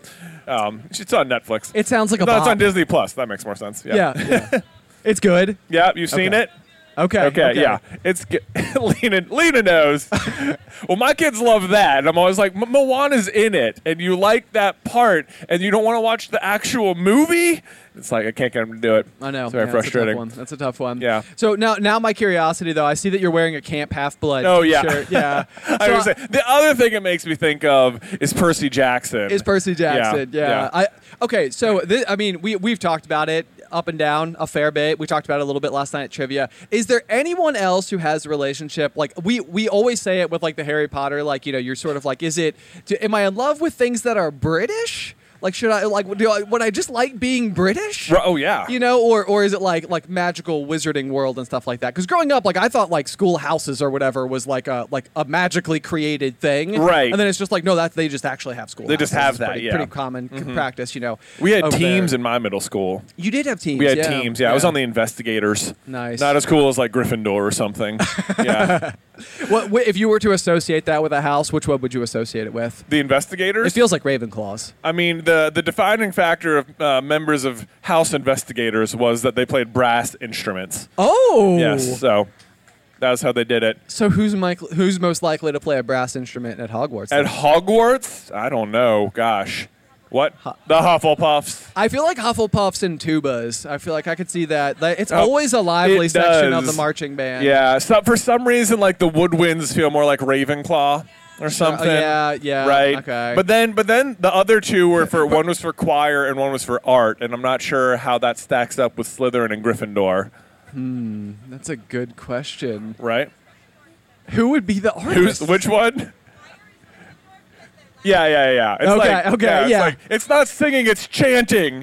[SPEAKER 4] Um, it's on Netflix.
[SPEAKER 2] It sounds like a
[SPEAKER 4] no, it's
[SPEAKER 2] bop.
[SPEAKER 4] on Disney Plus. That makes more sense. Yeah.
[SPEAKER 2] Yeah, yeah. it's good.
[SPEAKER 4] Yeah, you've seen
[SPEAKER 2] Okay.
[SPEAKER 4] it.
[SPEAKER 2] Okay.
[SPEAKER 4] Okay, yeah, it's g- Lena. Lena knows. well, my kids love that, and I'm always like, "M- Moana's in it, and you like that part, and you don't want to watch the actual movie. It's like I can't get them to do it.
[SPEAKER 2] I know.
[SPEAKER 4] It's very
[SPEAKER 2] yeah,
[SPEAKER 4] frustrating.
[SPEAKER 2] That's a tough one. That's a tough one.
[SPEAKER 4] Yeah.
[SPEAKER 2] So now, now my curiosity though, I see that you're wearing a Camp Half Blood.
[SPEAKER 4] Oh, yeah.
[SPEAKER 2] Shirt. Yeah.
[SPEAKER 4] I
[SPEAKER 2] So
[SPEAKER 4] was saying- the other thing it makes me think of is Percy Jackson.
[SPEAKER 2] is Percy Jackson. Yeah. I okay. So thi- I mean, we we've talked about it up and down a fair bit. We talked about it a little bit last night at trivia. Is there anyone else who has a relationship like we we always say it with like the Harry Potter? Like you know, you're sort of like, is it? Do, am I in love with things that are British? Like should I like do I, would I just like being British?
[SPEAKER 4] Ro- oh, yeah.
[SPEAKER 2] You know, or or is it like like magical wizarding world and stuff like that? Because growing up, like I thought like schoolhouses or whatever was like a like a magically created thing,
[SPEAKER 4] Right.
[SPEAKER 2] And then it's just like no, that they just actually have school.
[SPEAKER 4] They just
[SPEAKER 2] That's
[SPEAKER 4] have that,
[SPEAKER 2] Pretty,
[SPEAKER 4] yeah. Mm-hmm.
[SPEAKER 2] pretty common c- practice, you know.
[SPEAKER 4] we had
[SPEAKER 2] over
[SPEAKER 4] teams
[SPEAKER 2] there.
[SPEAKER 4] in my middle school.
[SPEAKER 2] you did have teams.
[SPEAKER 4] We had
[SPEAKER 2] Oh, yeah.
[SPEAKER 4] teams. Yeah, I was on the investigators.
[SPEAKER 2] Nice.
[SPEAKER 4] Not as cool as like Gryffindor or something. yeah.
[SPEAKER 2] What, wh- if you were to associate that with a house, which one would you associate it with?
[SPEAKER 4] The
[SPEAKER 2] It
[SPEAKER 4] investigators.
[SPEAKER 2] feels like Ravenclaws.
[SPEAKER 4] I mean, the the defining factor of uh, members of House Investigators was that they played brass instruments.
[SPEAKER 2] Oh,
[SPEAKER 4] Yes. So that's how they did it.
[SPEAKER 2] So who's Mike, who's most likely to play a brass instrument at Hogwarts?
[SPEAKER 4] At
[SPEAKER 2] then?
[SPEAKER 4] Hogwarts, I don't know. Gosh. What? The Hufflepuffs.
[SPEAKER 2] I feel like Hufflepuffs and tubas. I feel like I could see that. That- It's
[SPEAKER 4] Oh,
[SPEAKER 2] always a lively
[SPEAKER 4] it
[SPEAKER 2] section of
[SPEAKER 4] does.
[SPEAKER 2] the marching band.
[SPEAKER 4] Yeah. So for some reason, like the woodwinds feel more like Ravenclaw or
[SPEAKER 2] oh,
[SPEAKER 4] something.
[SPEAKER 2] yeah, yeah,
[SPEAKER 4] Right.
[SPEAKER 2] okay.
[SPEAKER 4] But then, but then the other two were for one was for choir and one was for art, and I'm not sure how that stacks up with Slytherin and Gryffindor.
[SPEAKER 2] That's a good question.
[SPEAKER 4] Right.
[SPEAKER 2] Who would be the
[SPEAKER 4] Who's
[SPEAKER 2] artist?
[SPEAKER 4] which one? Yeah, yeah, yeah. It's
[SPEAKER 2] Okay,
[SPEAKER 4] like,
[SPEAKER 2] okay,
[SPEAKER 4] It's,
[SPEAKER 2] yeah.
[SPEAKER 4] like, it's not singing; it's chanting.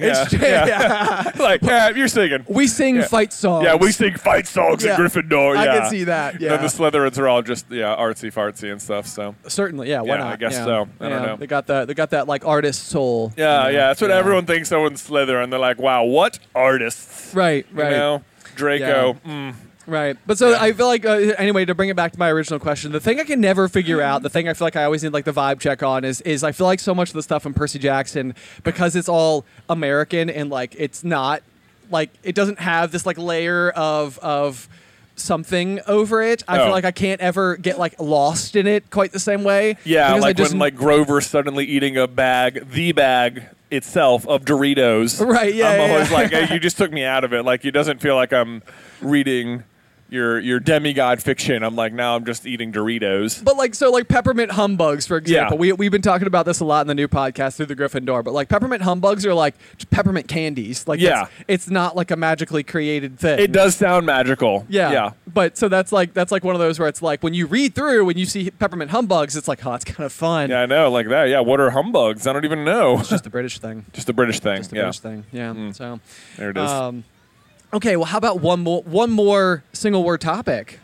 [SPEAKER 2] It's
[SPEAKER 4] yeah,
[SPEAKER 2] Jan-
[SPEAKER 4] yeah. like, yeah, you're singing.
[SPEAKER 2] We sing
[SPEAKER 4] Yeah.
[SPEAKER 2] fight songs.
[SPEAKER 4] Yeah, we sing fight songs
[SPEAKER 2] Yeah.
[SPEAKER 4] in Gryffindor.
[SPEAKER 2] I
[SPEAKER 4] Yeah.
[SPEAKER 2] can see that, yeah.
[SPEAKER 4] Then the Slytherins are all just yeah artsy fartsy and stuff. So
[SPEAKER 2] certainly. Yeah, why
[SPEAKER 4] Yeah, I
[SPEAKER 2] not?
[SPEAKER 4] guess
[SPEAKER 2] yeah.
[SPEAKER 4] so. I don't
[SPEAKER 2] Yeah,
[SPEAKER 4] know.
[SPEAKER 2] They got that. They got that like artist soul.
[SPEAKER 4] yeah, yeah, that's what
[SPEAKER 2] yeah.
[SPEAKER 4] everyone thinks. Someone's Slytherin. They're like, wow, what artists?
[SPEAKER 2] Right.
[SPEAKER 4] You
[SPEAKER 2] Right.
[SPEAKER 4] know, Draco. Mm.
[SPEAKER 2] Right. But so I feel like, uh, anyway, to bring it back to my original question, the thing I can never figure out, the thing I feel like I always need like the vibe check on is, is I feel like so much of the stuff in Percy Jackson, because it's all American and like it's not, like it doesn't have this like layer of, of, something over it i
[SPEAKER 4] Oh.
[SPEAKER 2] feel like i can't ever get like lost in it quite the same way
[SPEAKER 4] Yeah,
[SPEAKER 2] because I
[SPEAKER 4] like
[SPEAKER 2] just-
[SPEAKER 4] when like Grover suddenly eating a bag, the bag itself of Doritos.
[SPEAKER 2] Right, yeah,
[SPEAKER 4] I'm
[SPEAKER 2] yeah,
[SPEAKER 4] always
[SPEAKER 2] yeah.
[SPEAKER 4] like, hey, you just took me out of it. Like, it doesn't feel like I'm reading your your demigod fiction. I'm like, now I'm just eating Doritos.
[SPEAKER 2] But like so, like peppermint humbugs, for example.
[SPEAKER 4] Yeah.
[SPEAKER 2] We we've been talking about this a lot in the new podcast through the Gryffindor. But like peppermint humbugs are like just peppermint candies. Like
[SPEAKER 4] Yeah.
[SPEAKER 2] that's- it's not like a magically created thing.
[SPEAKER 4] It does sound magical.
[SPEAKER 2] Yeah.
[SPEAKER 4] yeah.
[SPEAKER 2] But so that's like that's like one of those where it's like when you read through when you see peppermint humbugs, it's like oh, it's kind of fun.
[SPEAKER 4] Yeah, I know, like that. Yeah, what are humbugs? I don't even know.
[SPEAKER 2] It's just a British thing.
[SPEAKER 4] Just a British thing.
[SPEAKER 2] Just a
[SPEAKER 4] yeah,
[SPEAKER 2] British thing. Yeah. So
[SPEAKER 4] there it is.
[SPEAKER 2] Um, okay. Well, how about one more one more single word topic?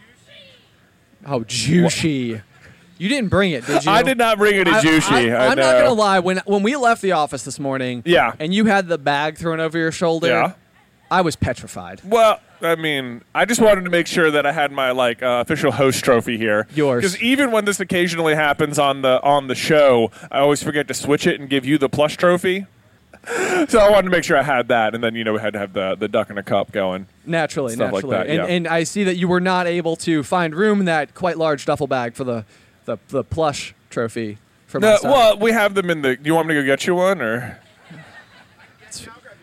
[SPEAKER 2] Oh, juicy. You didn't bring it, did you?
[SPEAKER 4] I did not bring it to Juicy. I,
[SPEAKER 2] am
[SPEAKER 4] know.
[SPEAKER 2] not gonna lie. When when we left the office this morning,
[SPEAKER 4] Yeah.
[SPEAKER 2] and you had the bag thrown over your shoulder,
[SPEAKER 4] Yeah.
[SPEAKER 2] I was petrified.
[SPEAKER 4] Well, I mean, I just wanted to make sure that I had my like uh, official host trophy here.
[SPEAKER 2] Yours.
[SPEAKER 4] Because even when this occasionally happens on the on the show, I always forget to switch it and give you the plush trophy. so I wanted to make sure I had that, and then you know we had to have the the duck in a cup going.
[SPEAKER 2] Naturally,
[SPEAKER 4] Stuff like
[SPEAKER 2] naturally,
[SPEAKER 4] that,
[SPEAKER 2] and
[SPEAKER 4] yeah.
[SPEAKER 2] and I see that you were not able to find room in that quite large duffel bag for the the, the plush trophy for
[SPEAKER 4] No,
[SPEAKER 2] my son.
[SPEAKER 4] well, we have them in the. Do you want me to go get you one or?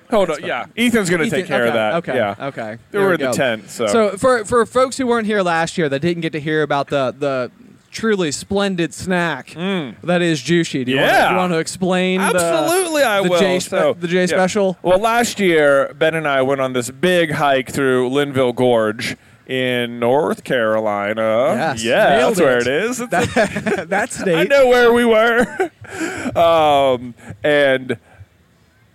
[SPEAKER 4] Hold on, yeah. Ethan's gonna
[SPEAKER 2] Ethan-
[SPEAKER 4] take care of
[SPEAKER 2] okay,
[SPEAKER 4] that.
[SPEAKER 2] Okay,
[SPEAKER 4] yeah.
[SPEAKER 2] okay.
[SPEAKER 4] They
[SPEAKER 2] There
[SPEAKER 4] were
[SPEAKER 2] we
[SPEAKER 4] in the
[SPEAKER 2] go.
[SPEAKER 4] tent, so.
[SPEAKER 2] for for folks who weren't here last year that didn't get to hear about the the truly splendid snack that is Juicy. Do you want
[SPEAKER 4] Mm. Yeah.
[SPEAKER 2] to, you want to explain? the-
[SPEAKER 4] Absolutely, I
[SPEAKER 2] the
[SPEAKER 4] will.
[SPEAKER 2] J spe-
[SPEAKER 4] So,
[SPEAKER 2] the J
[SPEAKER 4] yeah.
[SPEAKER 2] special.
[SPEAKER 4] Well, last year Ben and I went on this big hike through Linville Gorge in North Carolina.
[SPEAKER 2] Yes.
[SPEAKER 4] Oh, Yeah,
[SPEAKER 2] Nailed
[SPEAKER 4] that's where
[SPEAKER 2] it.
[SPEAKER 4] it is. It's
[SPEAKER 2] That, that state.
[SPEAKER 4] I know where we were. um, and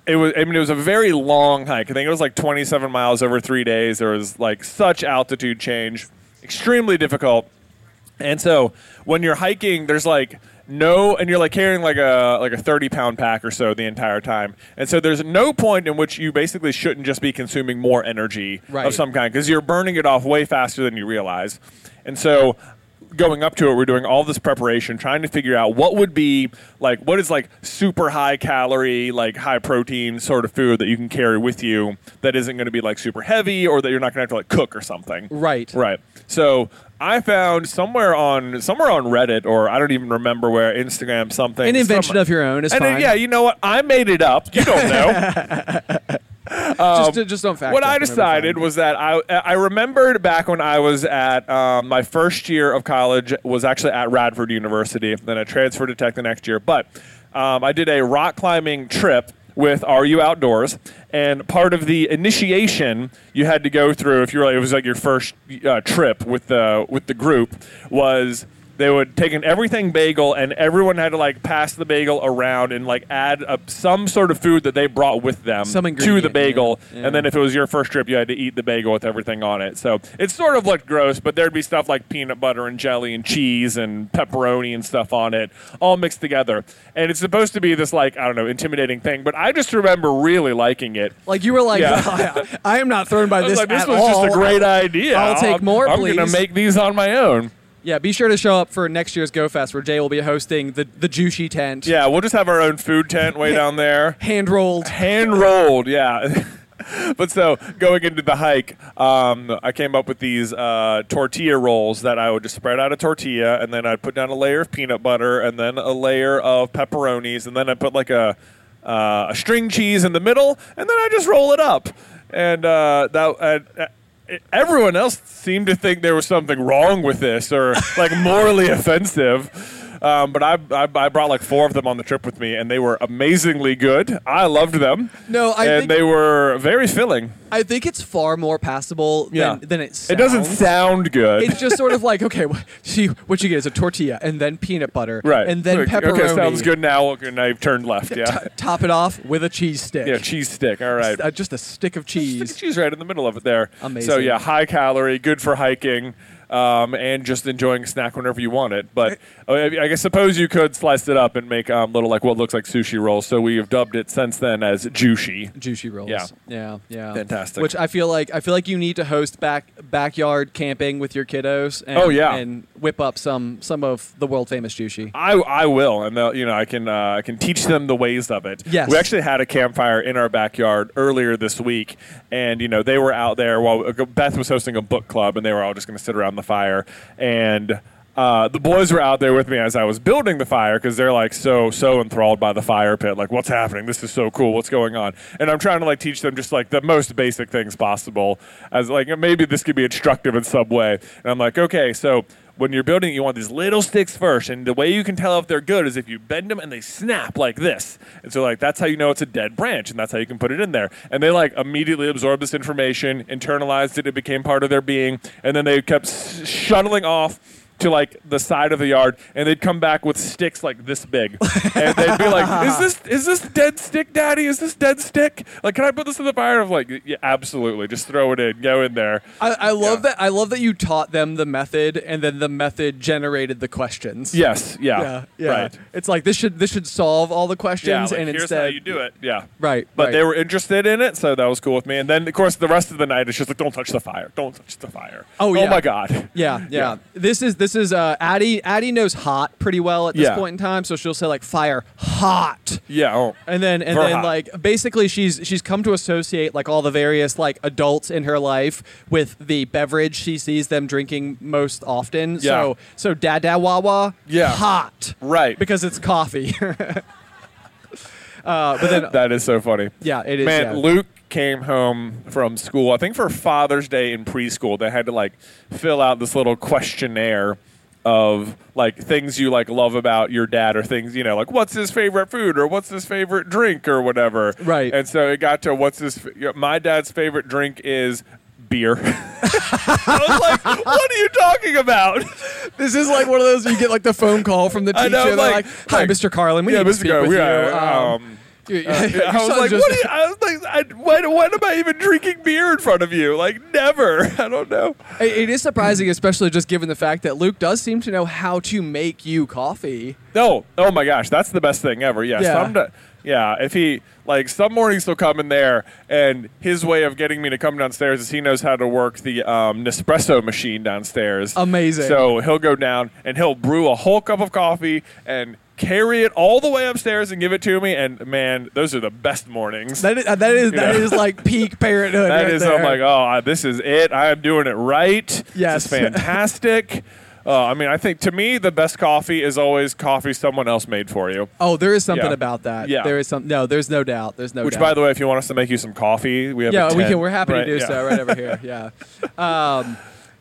[SPEAKER 4] it was, I mean, it was a very long hike. I think it was like 27 miles over three days. There was like such altitude change, extremely difficult. And so when you're hiking, there's like no, and you're like carrying like a like a 30 pound pack or so the entire time. And so there's no point in which you basically shouldn't just be consuming more energy
[SPEAKER 2] Right.
[SPEAKER 4] of some kind because you're burning it off way faster than you realize. And so going up to it, we're doing all this preparation, trying to figure out what would be like what is like super high calorie, like high protein sort of food that you can carry with you that isn't going to be like super heavy or that you're not going to have to like cook or something.
[SPEAKER 2] Right.
[SPEAKER 4] Right. So I found somewhere on somewhere on Reddit or I don't even remember where Instagram something
[SPEAKER 2] An invention
[SPEAKER 4] some-
[SPEAKER 2] of your own is
[SPEAKER 4] and then,
[SPEAKER 2] fine.
[SPEAKER 4] yeah, you know what? I made it up. You don't know.
[SPEAKER 2] just, just don't fact.
[SPEAKER 4] what
[SPEAKER 2] check
[SPEAKER 4] I
[SPEAKER 2] them, it'll be fine.
[SPEAKER 4] decided was that I I remembered back when I was at um, my first year of college was actually at Radford University. Then I transferred to Tech the next year, but um, I did a rock climbing trip with Are You Outdoors, and part of the initiation you had to go through if you were like, it was like your first uh, trip with the with the group was. They would take an everything bagel, and everyone had to like pass the bagel around and like add up some sort of food that they brought with them
[SPEAKER 2] Some
[SPEAKER 4] to the
[SPEAKER 2] ingredient, yeah.
[SPEAKER 4] bagel,
[SPEAKER 2] Yeah.
[SPEAKER 4] and then if it was your first trip, you had to eat the bagel with everything on it. So it sort of looked gross, but there'd be stuff like peanut butter and jelly and cheese and pepperoni and stuff on it, all mixed together. And it's supposed to be this like I don't know, intimidating thing, but I just remember really liking it.
[SPEAKER 2] Like you were like,
[SPEAKER 4] Yeah.
[SPEAKER 2] I am not thrown by
[SPEAKER 4] I was
[SPEAKER 2] this
[SPEAKER 4] like, this
[SPEAKER 2] at
[SPEAKER 4] was
[SPEAKER 2] all.
[SPEAKER 4] just a great idea.
[SPEAKER 2] I'll take more,
[SPEAKER 4] I'm gonna
[SPEAKER 2] please.
[SPEAKER 4] make these on my own.
[SPEAKER 2] Yeah, be sure to show up for next year's Go Fest where Jay will be hosting the the Juicy tent.
[SPEAKER 4] Yeah, we'll just have our own food tent way down there.
[SPEAKER 2] hand rolled.
[SPEAKER 4] hand rolled yeah but so going into the hike um, i came up with these uh, tortilla rolls that i would just spread out a tortilla and then i'd put down a layer of peanut butter and then a layer of pepperonis and then i put like a uh, a string cheese in the middle, and then I just roll it up. And uh, that. Uh, uh, Everyone else seemed to think there was something wrong with this or like morally offensive. Um, but I, I, I brought like four of them on the trip with me, and they were amazingly good. I loved them.
[SPEAKER 2] No, I
[SPEAKER 4] and
[SPEAKER 2] think-
[SPEAKER 4] they were very filling.
[SPEAKER 2] I think it's far more passable
[SPEAKER 4] Yeah.
[SPEAKER 2] than, than it sounds.
[SPEAKER 4] It doesn't sound good.
[SPEAKER 2] It's just sort of like okay, what, see what you get is a tortilla and then peanut butter,
[SPEAKER 4] right.
[SPEAKER 2] And then
[SPEAKER 4] okay,
[SPEAKER 2] pepperoni.
[SPEAKER 4] Okay, sounds good now. Okay, now you've turned left. Yeah.
[SPEAKER 2] T- top it off with a cheese stick.
[SPEAKER 4] yeah, cheese stick. All right.
[SPEAKER 2] Uh, just a stick of
[SPEAKER 4] Stick of
[SPEAKER 2] cheese.
[SPEAKER 4] cheese right in the middle of it there. So
[SPEAKER 2] Amazing.
[SPEAKER 4] yeah, high calorie, good for hiking, um, and just enjoying a snack whenever you want it. But oh, I I guess suppose you could slice it up and make um, little like what looks like sushi rolls. So we have dubbed it since then as juicy.
[SPEAKER 2] Juicy rolls.
[SPEAKER 4] Yeah.
[SPEAKER 2] yeah, yeah.
[SPEAKER 4] Fantastic.
[SPEAKER 2] Which I feel like I feel like you need to host back backyard camping with your kiddos. And,
[SPEAKER 4] Oh, yeah.
[SPEAKER 2] and whip up some some of the world famous juicy.
[SPEAKER 4] I, I will, and they'll- you know I can uh, I can teach them the ways of it.
[SPEAKER 2] Yes.
[SPEAKER 4] we actually had a campfire in our backyard earlier this week, and you know they were out there while uh, Beth was hosting a book club, and they were all just going to sit around the fire, and uh, the boys were out there with me as I was building the fire because they're like so so enthralled by the fire pit, like what's happening? This is so cool. What's going on? And I'm trying to like teach them just like the most basic things possible, as like maybe this could be instructive in some way. And I'm like, okay, so when you're building it, you want these little sticks first. And the way you can tell if they're good is if you bend them and they snap like this. And so, like, that's how you know it's a dead branch, and that's how you can put it in there. And they, like, immediately absorbed this information, internalized it, it became part of their being. And then they kept s- shuttling off. To like the side of the yard, and they'd come back with sticks like this big, and they'd be like, "Is this is this dead stick, Daddy? Is this dead stick? Like, can I put this in the fire?" I'm like, "Yeah, absolutely. Just throw it in. Go in there."
[SPEAKER 2] I, I love that. I love that you taught them the method, and then the method generated the questions.
[SPEAKER 4] Yes. Yeah.
[SPEAKER 2] yeah, yeah.
[SPEAKER 4] Right.
[SPEAKER 2] It's like this should this should solve all the questions,
[SPEAKER 4] like,
[SPEAKER 2] and
[SPEAKER 4] here's
[SPEAKER 2] instead,
[SPEAKER 4] how you do it. Yeah,
[SPEAKER 2] Right,
[SPEAKER 4] But
[SPEAKER 2] right.
[SPEAKER 4] they were interested in it, so that was cool with me. And then, of course, the rest of the night it's just like, don't touch the fire, don't touch the fire.
[SPEAKER 2] Oh,
[SPEAKER 4] oh
[SPEAKER 2] yeah.
[SPEAKER 4] my god.
[SPEAKER 2] Yeah, yeah, This is this is uh Addie Addie knows hot pretty well at this
[SPEAKER 4] Yeah.
[SPEAKER 2] point in time, so she'll say like fire hot.
[SPEAKER 4] Yeah. Oh.
[SPEAKER 2] And then and
[SPEAKER 4] Very
[SPEAKER 2] then
[SPEAKER 4] hot.
[SPEAKER 2] like basically she's she's come to associate like all the various like adults in her life with the beverage she sees them drinking most often. So
[SPEAKER 4] Yeah.
[SPEAKER 2] so dada wawa
[SPEAKER 4] Yeah.
[SPEAKER 2] hot.
[SPEAKER 4] Right.
[SPEAKER 2] Because it's coffee. uh, but then
[SPEAKER 4] that is so funny.
[SPEAKER 2] Yeah, it is,
[SPEAKER 4] Man,
[SPEAKER 2] yeah.
[SPEAKER 4] Luke came home from school. I think for Father's Day in preschool, they had to like fill out this little questionnaire of like things you like love about your dad or things you know like what's his favorite food or what's his favorite drink or whatever.
[SPEAKER 2] Right.
[SPEAKER 4] And so it got to what's his fa- my dad's favorite drink is beer. I was like, what are you talking about?
[SPEAKER 2] This is like one of those you get like the phone call from the teacher.
[SPEAKER 4] I know,
[SPEAKER 2] they're
[SPEAKER 4] like-
[SPEAKER 2] like, "Hi,
[SPEAKER 4] like,
[SPEAKER 2] Mr. Carlin, we
[SPEAKER 4] yeah,
[SPEAKER 2] need to
[SPEAKER 4] Mr.
[SPEAKER 2] speak
[SPEAKER 4] Go,
[SPEAKER 2] with
[SPEAKER 4] we
[SPEAKER 2] you."
[SPEAKER 4] are,
[SPEAKER 2] Um,
[SPEAKER 4] um,
[SPEAKER 2] you- your
[SPEAKER 4] I was
[SPEAKER 2] son
[SPEAKER 4] like,
[SPEAKER 2] just-
[SPEAKER 4] what? Are you, I was like, I, when, when am I even drinking beer in front of you? Like, never. I don't know.
[SPEAKER 2] It- it is surprising, especially just given the fact that Luke does seem to know how to make you coffee.
[SPEAKER 4] No. Oh my gosh, that's the best thing ever. Yeah.
[SPEAKER 2] Yeah.
[SPEAKER 4] Some da- yeah. If he like some mornings he'll come in there, and his way of getting me to come downstairs is he knows how to work the um, Nespresso machine downstairs.
[SPEAKER 2] Amazing.
[SPEAKER 4] So he'll go down and he'll brew a whole cup of coffee and carry it all the way upstairs and give it to me. And man, those are the best mornings.
[SPEAKER 2] That is that is that
[SPEAKER 4] Yeah.
[SPEAKER 2] is like peak parenthood.
[SPEAKER 4] That
[SPEAKER 2] right
[SPEAKER 4] is,
[SPEAKER 2] there.
[SPEAKER 4] I'm like, oh, I- this is it. I am doing it right.
[SPEAKER 2] Yes.
[SPEAKER 4] This is fantastic. Uh, I mean, I think to me, the best coffee is always coffee someone else made for you.
[SPEAKER 2] Oh, there is something
[SPEAKER 4] Yeah.
[SPEAKER 2] about that.
[SPEAKER 4] Yeah.
[SPEAKER 2] There is some. No, there's no doubt. There's no.
[SPEAKER 4] Which,
[SPEAKER 2] doubt.
[SPEAKER 4] by the way, if you want us to make you some coffee, we have a
[SPEAKER 2] yeah, we
[SPEAKER 4] tent,
[SPEAKER 2] can. We're happy to
[SPEAKER 4] right?
[SPEAKER 2] do
[SPEAKER 4] Yeah.
[SPEAKER 2] so right over here. Yeah. Um,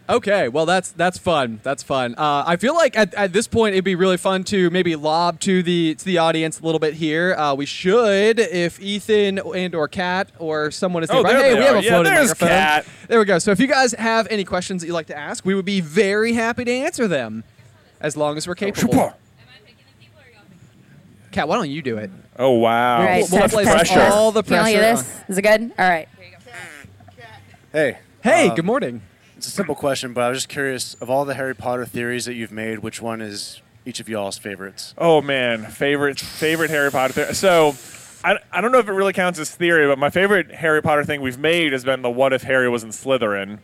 [SPEAKER 2] okay. Well, that's that's fun. That's fun. Uh, I feel like at, at this point it'd be really fun to maybe lob to the to the audience a little bit here. Uh, we should, if Ethan and or Kat or someone is
[SPEAKER 4] Oh,
[SPEAKER 2] nearby-
[SPEAKER 4] there
[SPEAKER 2] Hey,
[SPEAKER 4] they
[SPEAKER 2] we have
[SPEAKER 4] are.
[SPEAKER 2] a
[SPEAKER 4] Yeah,
[SPEAKER 2] floating
[SPEAKER 4] there's
[SPEAKER 2] microphone.
[SPEAKER 4] Kat.
[SPEAKER 2] There we go. So if you guys have any questions that you'd like to ask, we would be very happy to answer them, as long as we're capable.
[SPEAKER 4] Super.
[SPEAKER 2] Kat, why don't you do it?
[SPEAKER 4] Oh, wow.
[SPEAKER 6] All right,
[SPEAKER 2] We'll- we'll
[SPEAKER 6] test,
[SPEAKER 2] apply
[SPEAKER 6] test,
[SPEAKER 2] pressure.
[SPEAKER 6] test.
[SPEAKER 2] All the
[SPEAKER 6] Feeling
[SPEAKER 2] pressure
[SPEAKER 6] this? Is it good? All right.
[SPEAKER 7] Hey,
[SPEAKER 2] Hey, good morning.
[SPEAKER 7] it's a simple question, but I was just curious of all the Harry Potter theories that you've made, which one is each of y'all's favorites?
[SPEAKER 4] Oh man, favorite favorite Harry Potter. Theory. So, I, I don't know if it really counts as theory, but my favorite Harry Potter thing we've made has been the what if Harry was in Slytherin.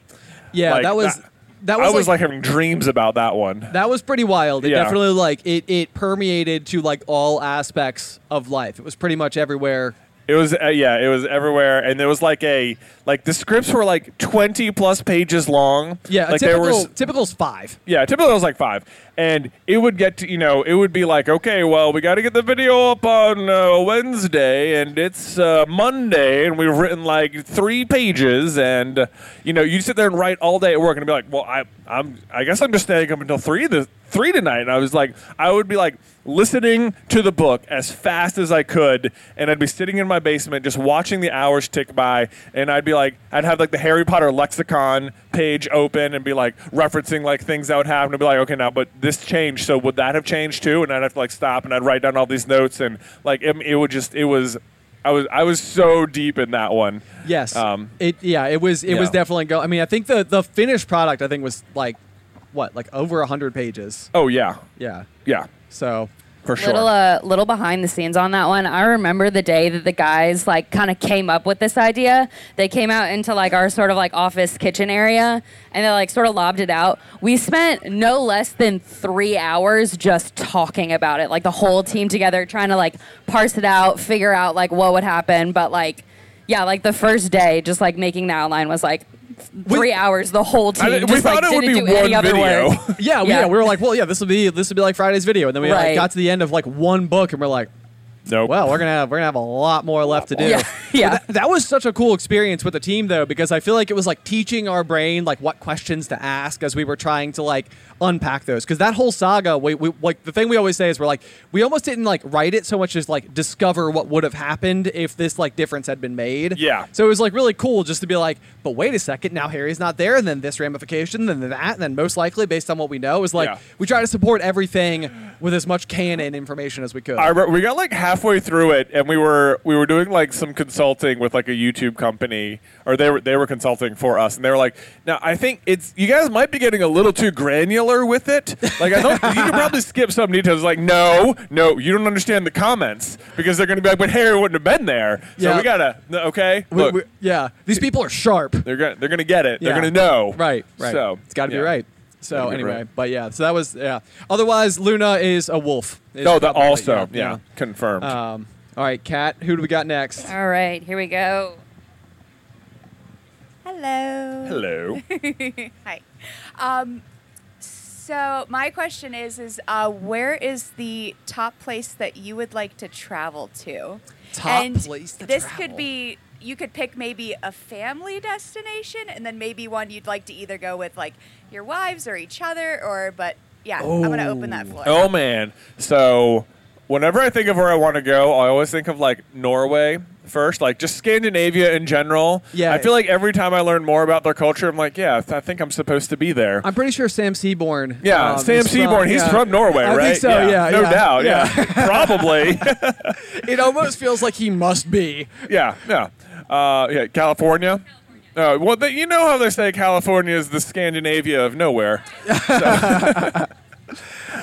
[SPEAKER 2] Yeah,
[SPEAKER 4] Like,
[SPEAKER 2] that was
[SPEAKER 4] that-
[SPEAKER 2] that, was
[SPEAKER 4] I was like, having dreams about that one.
[SPEAKER 2] That was pretty wild. It
[SPEAKER 4] Yeah.
[SPEAKER 2] definitely like it, it permeated to like all aspects of life. It was pretty much everywhere
[SPEAKER 4] It was uh, yeah, it was everywhere, and there was like a like the scripts were like twenty plus pages long.
[SPEAKER 2] Yeah, a
[SPEAKER 4] like
[SPEAKER 2] typical,
[SPEAKER 4] there was
[SPEAKER 2] typical's five.
[SPEAKER 4] yeah, typically it was like five, and it would get to you know it would be like okay, well we got to get the video up on uh, Wednesday, and it's uh, Monday, and we've written like three pages, and uh, you know you sit there and write all day at work, and be like, well I I'm I guess I'm just staying up until three this three tonight, and I was like I would be like listening to the book as fast as I could, and I'd be sitting in my basement just watching the hours tick by, and I'd be like, I'd have like the Harry Potter lexicon page open and be like referencing like things that would happen, and be like, okay, now, but this changed, so would that have changed too? And I'd have to like stop, and I'd write down all these notes, and like it, it would just, it was. I was I was so deep in that one.
[SPEAKER 2] Yes.
[SPEAKER 4] Um,
[SPEAKER 2] it yeah, it was it was
[SPEAKER 4] yeah.
[SPEAKER 2] definitely go. I mean, I think the the finished product I think was like what, like over 100 pages.
[SPEAKER 4] oh yeah.
[SPEAKER 2] Yeah.
[SPEAKER 4] Yeah.
[SPEAKER 2] So
[SPEAKER 4] For sure.
[SPEAKER 6] Little uh, little behind the scenes on that one. I remember the day that the guys like kind of came up with this idea. They came out into like our sort of like office kitchen area and they like sort of lobbed it out. We spent no less than three hours just talking about it, like the whole team together, trying to like parse it out, figure out like what would happen. But like, yeah, like the first day, just like making that outline was like three hours. The whole team.
[SPEAKER 4] I didn't- we
[SPEAKER 6] just,
[SPEAKER 4] thought
[SPEAKER 6] like,
[SPEAKER 4] it would
[SPEAKER 6] didn't
[SPEAKER 4] be
[SPEAKER 6] do any
[SPEAKER 4] one
[SPEAKER 6] other
[SPEAKER 4] video.
[SPEAKER 6] work.
[SPEAKER 2] yeah, we- yeah,
[SPEAKER 6] Yeah.
[SPEAKER 2] we were like, well, yeah, this will be this will be like Friday's video, and then we like
[SPEAKER 6] Right.
[SPEAKER 2] got to the end of like one book, and we're like,
[SPEAKER 4] Nope.
[SPEAKER 2] well, we're gonna have we're gonna have a lot more left to do.
[SPEAKER 6] Yeah, yeah.
[SPEAKER 2] But That, that was such a cool experience with the team though, because I feel like it was like teaching our brain like what questions to ask as we were trying to like unpack those. Because that whole saga, we, we like the thing we always say is we're like we almost didn't like write it so much as like discover what would have happened if this like difference had been made.
[SPEAKER 4] Yeah.
[SPEAKER 2] So it was like really cool just to be like, but wait a second, now Harry's not there, and then this ramification, then that, and then most likely based on what we know is like
[SPEAKER 4] Yeah.
[SPEAKER 2] we try to support everything with as much canon information as we could.
[SPEAKER 4] I remember we got like halfway through it, and we were we were doing like some consulting with like a YouTube company, or they were they were consulting for us, and they were like, "Now I think it's you guys might be getting a little too granular with it. Like I don't, you could probably skip some details. Like no, no, you don't understand the comments because they're going to be like, but Harry wouldn't have been there. So
[SPEAKER 2] Yeah.
[SPEAKER 4] we gotta no, okay,
[SPEAKER 2] We-
[SPEAKER 4] look,
[SPEAKER 2] we- yeah, these people are sharp.
[SPEAKER 4] they're gonna they're gonna get it.
[SPEAKER 2] Yeah.
[SPEAKER 4] They're gonna know.
[SPEAKER 2] Right, right.
[SPEAKER 4] So
[SPEAKER 2] it's got to
[SPEAKER 4] yeah.
[SPEAKER 2] be right. So
[SPEAKER 4] Gotta be
[SPEAKER 2] anyway,
[SPEAKER 4] right.
[SPEAKER 2] but yeah, so that was yeah. Otherwise, Luna is a wolf. is
[SPEAKER 4] No, that
[SPEAKER 2] probably-
[SPEAKER 4] Oh, also yeah, confirmed.
[SPEAKER 2] yeah. Um, all right, Kat, who do we got next?
[SPEAKER 6] All right, here we go. Hello.
[SPEAKER 4] Hello.
[SPEAKER 8] Hi. Um, so my question is: is uh, where is the top place that you would like to travel to?
[SPEAKER 2] Top
[SPEAKER 8] and
[SPEAKER 2] place to
[SPEAKER 8] this
[SPEAKER 2] travel.
[SPEAKER 8] could be. You could pick maybe a family destination, and then maybe one you'd like to either go with like your wives or each other, or but yeah, I'm gonna open that floor.
[SPEAKER 4] Oh man. So whenever I think of where I want to go, I always think of like Norway first, like just Scandinavia in general.
[SPEAKER 2] Yeah.
[SPEAKER 4] I feel like every time I learn more about their culture, I'm like, yeah, I think I'm supposed to be there.
[SPEAKER 2] I'm pretty sure Sam Seaborn.
[SPEAKER 4] yeah,
[SPEAKER 2] um,
[SPEAKER 4] Sam
[SPEAKER 2] is from-
[SPEAKER 4] Seaborn. he's
[SPEAKER 2] yeah.
[SPEAKER 4] from Norway,
[SPEAKER 2] I
[SPEAKER 4] right?
[SPEAKER 2] think so. Yeah,
[SPEAKER 4] no
[SPEAKER 2] yeah,
[SPEAKER 4] doubt. Yeah, probably.
[SPEAKER 2] It almost feels like he must be.
[SPEAKER 4] yeah, yeah, uh, yeah. California. Uh, well, they, you know how they say California is the Scandinavia of nowhere.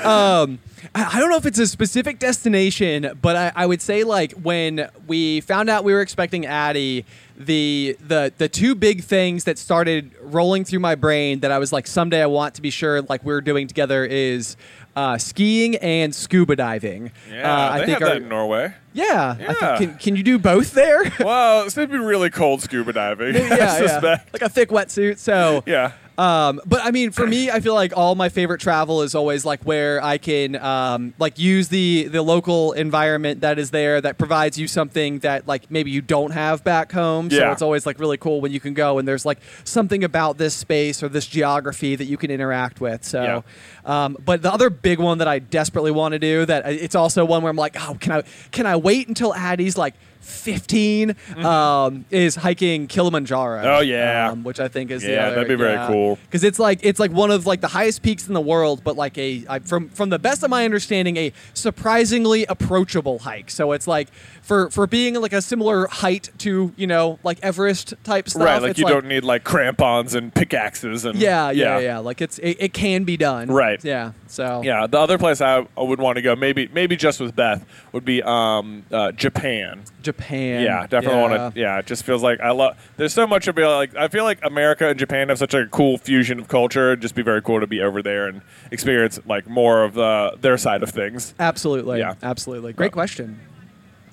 [SPEAKER 2] I I don't know if it's a specific destination, but I, I would say like when we found out we were expecting Addie, the the the two big things that started rolling through my brain that I was like, someday I want to be sure like we're doing together is uh, skiing and scuba diving.
[SPEAKER 4] Yeah,
[SPEAKER 2] uh,
[SPEAKER 4] they have
[SPEAKER 2] are-
[SPEAKER 4] that in Norway.
[SPEAKER 2] yeah,
[SPEAKER 4] Yeah.
[SPEAKER 2] I think, can can you do both there?
[SPEAKER 4] Well, it's gonna be really cold scuba diving. I
[SPEAKER 2] yeah, yeah,
[SPEAKER 4] suspect.
[SPEAKER 2] like a thick wetsuit. So
[SPEAKER 4] yeah.
[SPEAKER 2] Um, but I mean, for me, I feel like all my favorite travel is always like where I can um, like use the the local environment that is there that provides you something that like maybe you don't have back home. So
[SPEAKER 4] Yeah.
[SPEAKER 2] it's always like really cool when you can go and there's like something about this space or this geography that you can interact with. So, um, but the other big one that I desperately want to do that uh, it's also one where I'm like, oh, can I can I wait until Addie's like 15 um, is hiking Kilimanjaro.
[SPEAKER 4] Mm-hmm. Oh, yeah.
[SPEAKER 2] um, which I think is the
[SPEAKER 4] Yeah,
[SPEAKER 2] other-
[SPEAKER 4] that'd be very cool.
[SPEAKER 2] because it's like it's like one of like the highest peaks in the world, but like a I, from from the best of my understanding, a surprisingly approachable hike. So it's like for for being like a similar height to you know like Everest type stuff.
[SPEAKER 4] Right, like
[SPEAKER 2] it's
[SPEAKER 4] you don't need like crampons and pickaxes and
[SPEAKER 2] Yeah, yeah, yeah, Like it's it, it can be done.
[SPEAKER 4] Right.
[SPEAKER 2] Yeah. So
[SPEAKER 4] Yeah, the other place I, I would want to go, maybe maybe just with Beth, would be um, uh, Japan.
[SPEAKER 2] Japan.
[SPEAKER 4] yeah, definitely want to. Yeah, it just feels like I love. There's so much about like I feel like America and Japan have such a cool fusion of culture. It'd just be very cool to be over there and experience like more of the their side of things.
[SPEAKER 2] Absolutely.
[SPEAKER 4] Yeah.
[SPEAKER 2] Absolutely. Great question.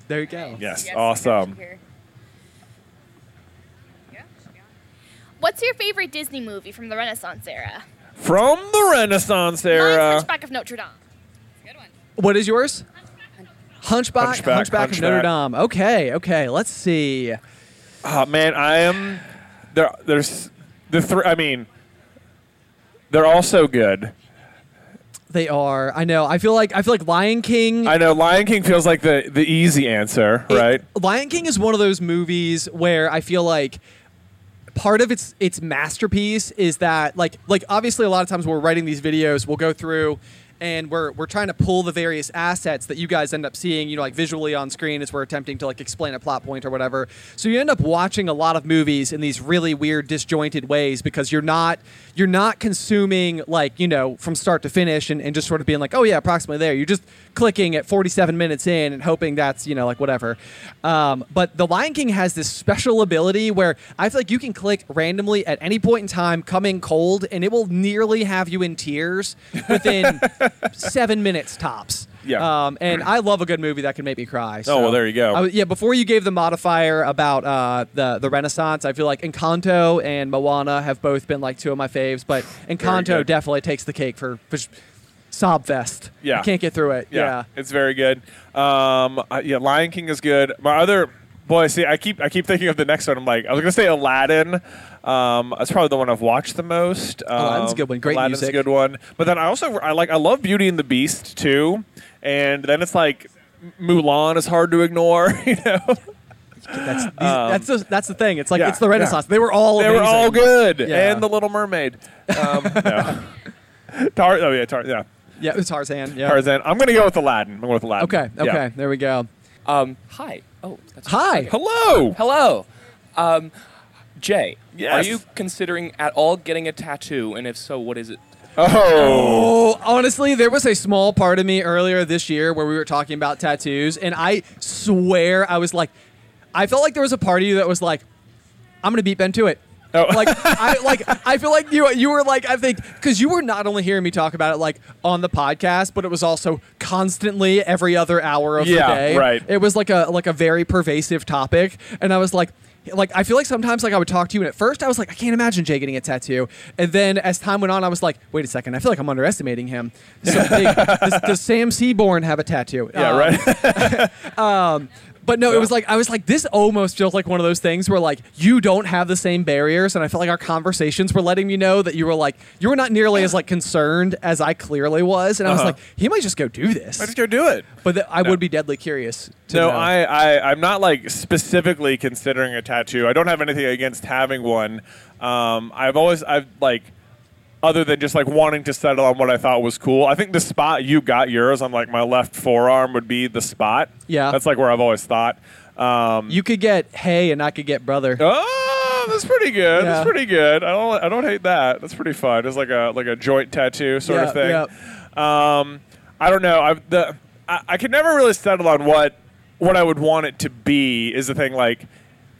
[SPEAKER 2] There you go.
[SPEAKER 4] Yes,
[SPEAKER 9] Yes,
[SPEAKER 4] awesome.
[SPEAKER 9] actually here.
[SPEAKER 8] Yeah, yeah.
[SPEAKER 9] What's your favorite Disney movie from the Renaissance era?
[SPEAKER 4] From the Renaissance
[SPEAKER 9] Mine's
[SPEAKER 4] era.
[SPEAKER 9] Hunchback of Notre Dame.
[SPEAKER 6] Good one.
[SPEAKER 2] What is yours? Hunchback,
[SPEAKER 4] Hunchback,
[SPEAKER 2] Hunchback, of Notre
[SPEAKER 4] Hunchback.
[SPEAKER 2] Dame. Okay, okay. Let's see.
[SPEAKER 4] Oh man, I am. There, there's the three. I mean, they're all so good.
[SPEAKER 2] They are. I know. I feel like I feel like Lion King.
[SPEAKER 4] I know Lion King feels like the the easy answer,
[SPEAKER 2] it-
[SPEAKER 4] right?
[SPEAKER 2] Lion King is one of those movies where I feel like part of its its masterpiece is that like like obviously a lot of times when we're writing these videos, we'll go through and we're we're trying to pull the various assets that you guys end up seeing, you know, like visually on screen as we're attempting to like explain a plot point or whatever. So you end up watching a lot of movies in these really weird disjointed ways because you're not you're not consuming like, you know, from start to finish and, and just sort of being like, oh yeah, approximately there. You're just clicking at 47 minutes in and hoping that's, you know, like whatever. Um, but The Lion King has this special ability where I feel like you can click randomly at any point in time, coming cold, and it will nearly have you in tears within seven minutes tops.
[SPEAKER 4] Yeah. Oh,
[SPEAKER 2] Um, and I love a good movie that can make me cry. so-
[SPEAKER 4] well, there you go.
[SPEAKER 2] I was- yeah, before you gave the modifier about uh, the the Renaissance, I feel like Encanto and Moana have both been like two of my faves, but Encanto
[SPEAKER 4] good.
[SPEAKER 2] definitely takes the cake for, for s- sob fest.
[SPEAKER 4] Yeah.
[SPEAKER 2] I can't get through it. Yeah.
[SPEAKER 4] it's very good. Um, uh, yeah, Lion King is good. My other boy, see, I keep I keep thinking of the next one. I'm like, I was gonna say Aladdin. Um, that's probably the one I've watched the most. Um,
[SPEAKER 2] Aladdin's a good one. Great
[SPEAKER 4] Aladdin's
[SPEAKER 2] music.
[SPEAKER 4] a good one. But then I also I like I love Beauty and the Beast too, and then it's like Mulan is hard to ignore. You know,
[SPEAKER 2] That's these, that's the, that's the thing. It's like
[SPEAKER 4] yeah,
[SPEAKER 2] it's the
[SPEAKER 4] Um, yeah.
[SPEAKER 2] Renaissance. They were all
[SPEAKER 4] they were
[SPEAKER 2] amazing.
[SPEAKER 4] all good,
[SPEAKER 2] Yeah.
[SPEAKER 4] and the Little Mermaid. Um, no. Tar- oh yeah, Tar- yeah.
[SPEAKER 2] Yeah, it was Tarzan. Yeah.
[SPEAKER 4] Tarzan. I'm gonna go with Aladdin. I'm going with Aladdin.
[SPEAKER 2] Okay.
[SPEAKER 4] Yeah.
[SPEAKER 2] Okay. There we go.
[SPEAKER 10] Um, hi. Oh, that's
[SPEAKER 2] Hi.
[SPEAKER 4] Hello.
[SPEAKER 10] Hello. Um, Jay,
[SPEAKER 4] Yes.
[SPEAKER 10] are you considering at all getting a tattoo? And if so, what is it?
[SPEAKER 4] Oh.
[SPEAKER 2] Oh, honestly, there was a small part of me earlier this year where we were talking about tattoos, and I swear I was like, I felt like there was a part of you that was like, I'm gonna beat Ben to it.
[SPEAKER 4] Oh.
[SPEAKER 2] Like I like I feel like you you were like I think because you were not only hearing me talk about it like on the podcast, but it was also constantly every other hour of
[SPEAKER 4] Yeah,
[SPEAKER 2] the day.
[SPEAKER 4] right.
[SPEAKER 2] It was like a like a very pervasive topic, and I was like. Like I feel like sometimes like I would talk to you and at first I was like I can't imagine Jay getting a tattoo and then as time went on I was like wait a second I feel like I'm underestimating him. So, like, does, does Sam Seaborn have a tattoo?
[SPEAKER 4] Yeah.
[SPEAKER 2] Um, but
[SPEAKER 4] Right.
[SPEAKER 2] no, it was like I was like this almost feels like one of those things where like you don't have the same barriers, and I felt like our conversations were letting me know that you were like you were not nearly as like concerned as I clearly was, and I was
[SPEAKER 4] Uh-huh.
[SPEAKER 2] like he might just go do this,
[SPEAKER 4] I just go do it.
[SPEAKER 2] but th- I would be deadly curious. To
[SPEAKER 4] No,
[SPEAKER 2] know.
[SPEAKER 4] I, I, I'm not like specifically considering a tattoo. I don't have anything against having one. Um, I've always, I've like, other than just like wanting to settle on what I thought was cool. I think the spot you got yours on like my left forearm would be the spot.
[SPEAKER 2] Yeah.
[SPEAKER 4] that's like where I've always thought. Um,
[SPEAKER 2] you could get hey, and I could get brother.
[SPEAKER 4] oh, that's pretty good. That's
[SPEAKER 2] Yeah.
[SPEAKER 4] pretty good. I don't, I don't hate that. That's pretty fun. It's like a like a joint tattoo sort
[SPEAKER 2] Yeah,
[SPEAKER 4] of thing.
[SPEAKER 2] yeah.
[SPEAKER 4] Um, I don't know. I've, the I, I could never really settle on what what I would want it to be. Is the thing like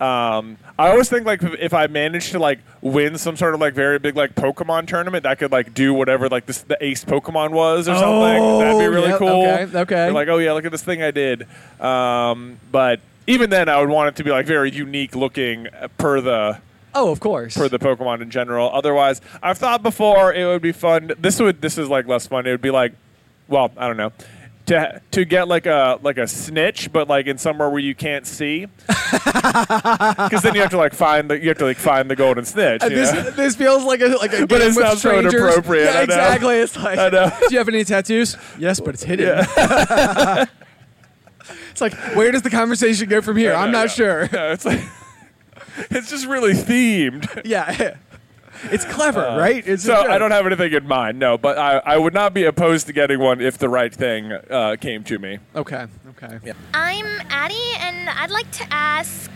[SPEAKER 4] um, I always think like if I manage to like win some sort of like very big like Pokemon tournament, that could like do whatever like this the ace Pokemon was or something. That'd be really
[SPEAKER 2] Oh, yep,
[SPEAKER 4] cool.
[SPEAKER 2] okay, okay.
[SPEAKER 4] Or, like oh yeah, look at this thing I did. Um, but even then, I would want it to be like very unique looking uh, per the
[SPEAKER 2] Oh, of course.
[SPEAKER 4] for the Pokemon in general. Otherwise, I've thought before it would be fun. This would this is like less fun. It would be like, well, I don't know, to to get like a like a snitch, but like in somewhere where you can't see, because then you have to like find the you have to like find the golden snitch.
[SPEAKER 2] And
[SPEAKER 4] you
[SPEAKER 2] Uh, this,
[SPEAKER 4] know?
[SPEAKER 2] this feels like a like a game
[SPEAKER 4] But it
[SPEAKER 2] with
[SPEAKER 4] sounds so
[SPEAKER 2] strangers.
[SPEAKER 4] inappropriate,
[SPEAKER 2] Yeah,
[SPEAKER 4] I know.
[SPEAKER 2] exactly. It's like,
[SPEAKER 4] I know.
[SPEAKER 2] do you have any tattoos? Yes, but it's hidden. it's like, where does the conversation go from here?
[SPEAKER 4] Yeah,
[SPEAKER 2] I'm
[SPEAKER 4] yeah,
[SPEAKER 2] not
[SPEAKER 4] yeah.
[SPEAKER 2] sure.
[SPEAKER 4] Yeah, it's like it's just really themed.
[SPEAKER 2] Yeah. It's clever, right? It's a
[SPEAKER 4] Uh, So
[SPEAKER 2] joke.
[SPEAKER 4] I don't have anything in mind, no. But I, I would not be opposed to getting one if the right thing uh, came to me.
[SPEAKER 2] Okay. Okay.
[SPEAKER 11] I'm Addie, and I'd like to ask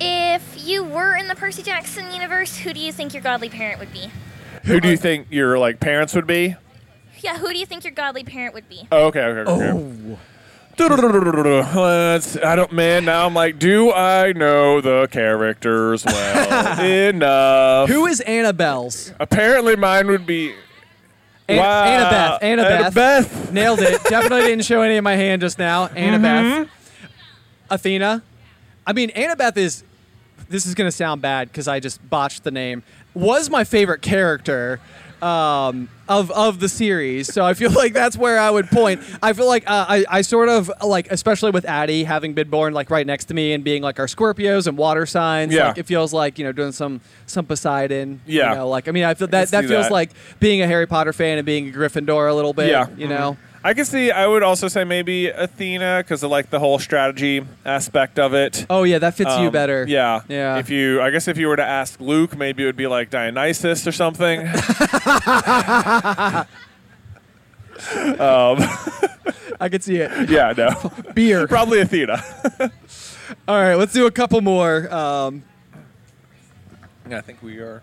[SPEAKER 11] if you were in the Percy Jackson universe, who do you think your godly parent would be?
[SPEAKER 4] Who do you think your like parents would be?
[SPEAKER 11] Yeah, who do you think your godly parent would be?
[SPEAKER 4] Oh, okay, okay, okay. okay. Let's, I don't, man. Now I'm like, do I know the characters well enough?
[SPEAKER 2] Who is Annabelle's?
[SPEAKER 4] Apparently, mine would be.
[SPEAKER 2] An-
[SPEAKER 4] wow,
[SPEAKER 2] Annabeth. Annabeth.
[SPEAKER 4] Annabeth. Mm-hmm.
[SPEAKER 2] Nailed it. Definitely didn't show any of my hand just now. Annabeth. Athena. I mean, Annabeth is. This is gonna sound bad because I just botched the name. Was my favorite character um, of of the series, so I feel like that's where I would point. I feel like uh, I I sort of like, especially with Addie having been born like right next to me and being like our Scorpios and water signs.
[SPEAKER 4] Yeah.
[SPEAKER 2] like, it feels like you know doing some some Poseidon.
[SPEAKER 4] Yeah.
[SPEAKER 2] you know, like I mean, I feel that
[SPEAKER 4] can
[SPEAKER 2] that
[SPEAKER 4] see
[SPEAKER 2] feels
[SPEAKER 4] that.
[SPEAKER 2] like being a Harry Potter fan and being a Gryffindor a little bit.
[SPEAKER 4] Yeah.
[SPEAKER 2] you know.
[SPEAKER 4] I can see. I would also say maybe Athena because of like the whole strategy aspect of it.
[SPEAKER 2] Oh yeah, that fits you
[SPEAKER 4] Um,
[SPEAKER 2] better.
[SPEAKER 4] Yeah,
[SPEAKER 2] Yeah.
[SPEAKER 4] If you, I guess, if you were to ask Luke, maybe it would be like Dionysus or something. um,
[SPEAKER 2] I could see it.
[SPEAKER 4] yeah, no.
[SPEAKER 2] Beer.
[SPEAKER 4] Probably Athena.
[SPEAKER 2] All right, let's do a couple more. Um,
[SPEAKER 4] I think we are.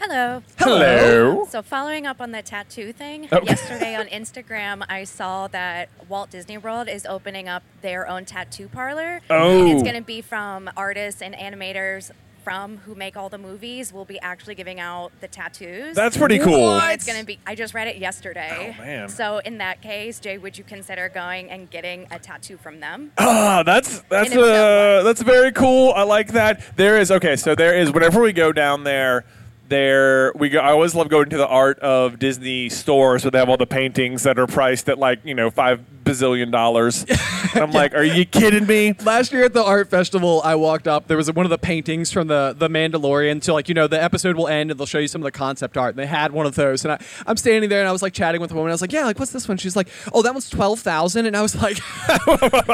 [SPEAKER 12] Hello.
[SPEAKER 4] Hello.
[SPEAKER 12] So, following up on the tattoo thing,
[SPEAKER 4] Oh.
[SPEAKER 12] yesterday on Instagram, I saw that Walt Disney World is opening up their own tattoo parlor. And it's
[SPEAKER 13] Oh.
[SPEAKER 12] going to be from artists and animators from who make all the movies will be actually giving out the tattoos.
[SPEAKER 4] That's pretty cool. What?
[SPEAKER 12] It's going to be I just read it yesterday.
[SPEAKER 4] Oh, man.
[SPEAKER 12] So, in that case, Jay, would you consider going and getting a tattoo from them?
[SPEAKER 4] Ah, that's that's
[SPEAKER 12] And it's
[SPEAKER 4] uh, that's very cool. I like that. There is okay, so there is whenever we go down there, there we go. I always love going to the art of Disney stores where they have all the paintings that are priced at like you know five bazillion dollars. I'm like, are you kidding me?
[SPEAKER 2] Last year at the art festival, I walked up. There was one of the paintings from the the Mandalorian. To like, you know, the episode will end and they'll show you some of the concept art. And they had one of those. And I, I'm standing there and I was like chatting with a woman. I was like, yeah, like what's this one? She's like, oh, that one's twelve thousand. And I was like,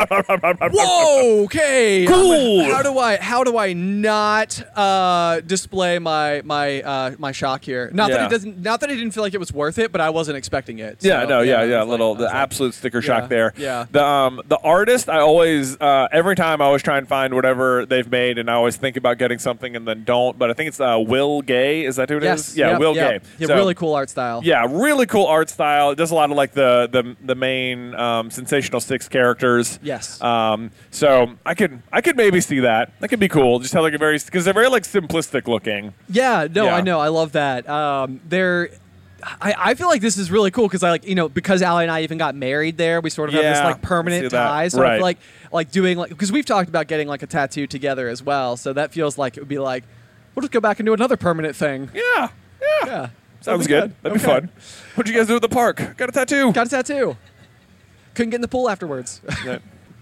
[SPEAKER 2] whoa, okay,
[SPEAKER 4] Cool.
[SPEAKER 2] How do I how do I not uh, display my my uh, my shock here? Not that
[SPEAKER 4] Yeah.
[SPEAKER 2] it doesn't. Not that I didn't feel like it was worth it, but I wasn't expecting it.
[SPEAKER 4] Yeah,
[SPEAKER 2] So,
[SPEAKER 4] no, yeah, yeah, little the absolute sticker
[SPEAKER 2] Yeah,
[SPEAKER 4] shock there.
[SPEAKER 2] yeah.
[SPEAKER 4] the um the artist, I always uh, every time I always try and find whatever they've made, and I always think about getting something and then don't. But I think it's uh, Will Gay. Is that who it
[SPEAKER 2] Yes,
[SPEAKER 4] is? Yeah,
[SPEAKER 2] yep,
[SPEAKER 4] Will
[SPEAKER 2] yep.
[SPEAKER 4] Gay.
[SPEAKER 2] Yeah,
[SPEAKER 4] So-
[SPEAKER 2] really cool art style.
[SPEAKER 4] Yeah, really cool art style. It does a lot of like the the, the main um, sensational six characters.
[SPEAKER 2] Yes.
[SPEAKER 4] Um, so I could I could maybe see that. That could be cool. Just have like a very because they're very like simplistic looking.
[SPEAKER 2] Yeah, no,
[SPEAKER 4] Yeah.
[SPEAKER 2] I know. I love that. Um, there, I, I feel like this is really cool because I like you know because Allie and I even got married there. We sort of have this
[SPEAKER 4] Yeah,
[SPEAKER 2] like
[SPEAKER 4] I
[SPEAKER 2] permanent
[SPEAKER 4] see that.
[SPEAKER 2] tie. So I
[SPEAKER 4] Right.
[SPEAKER 2] feel like like doing like because we've talked about getting like a tattoo together as well. So that feels like it would be like we'll just go back and do another permanent thing.
[SPEAKER 4] Yeah, yeah, Sounds good. That'd be fun. What'd you guys do at the park? Got a tattoo.
[SPEAKER 2] Got a tattoo. Couldn't get in the pool afterwards.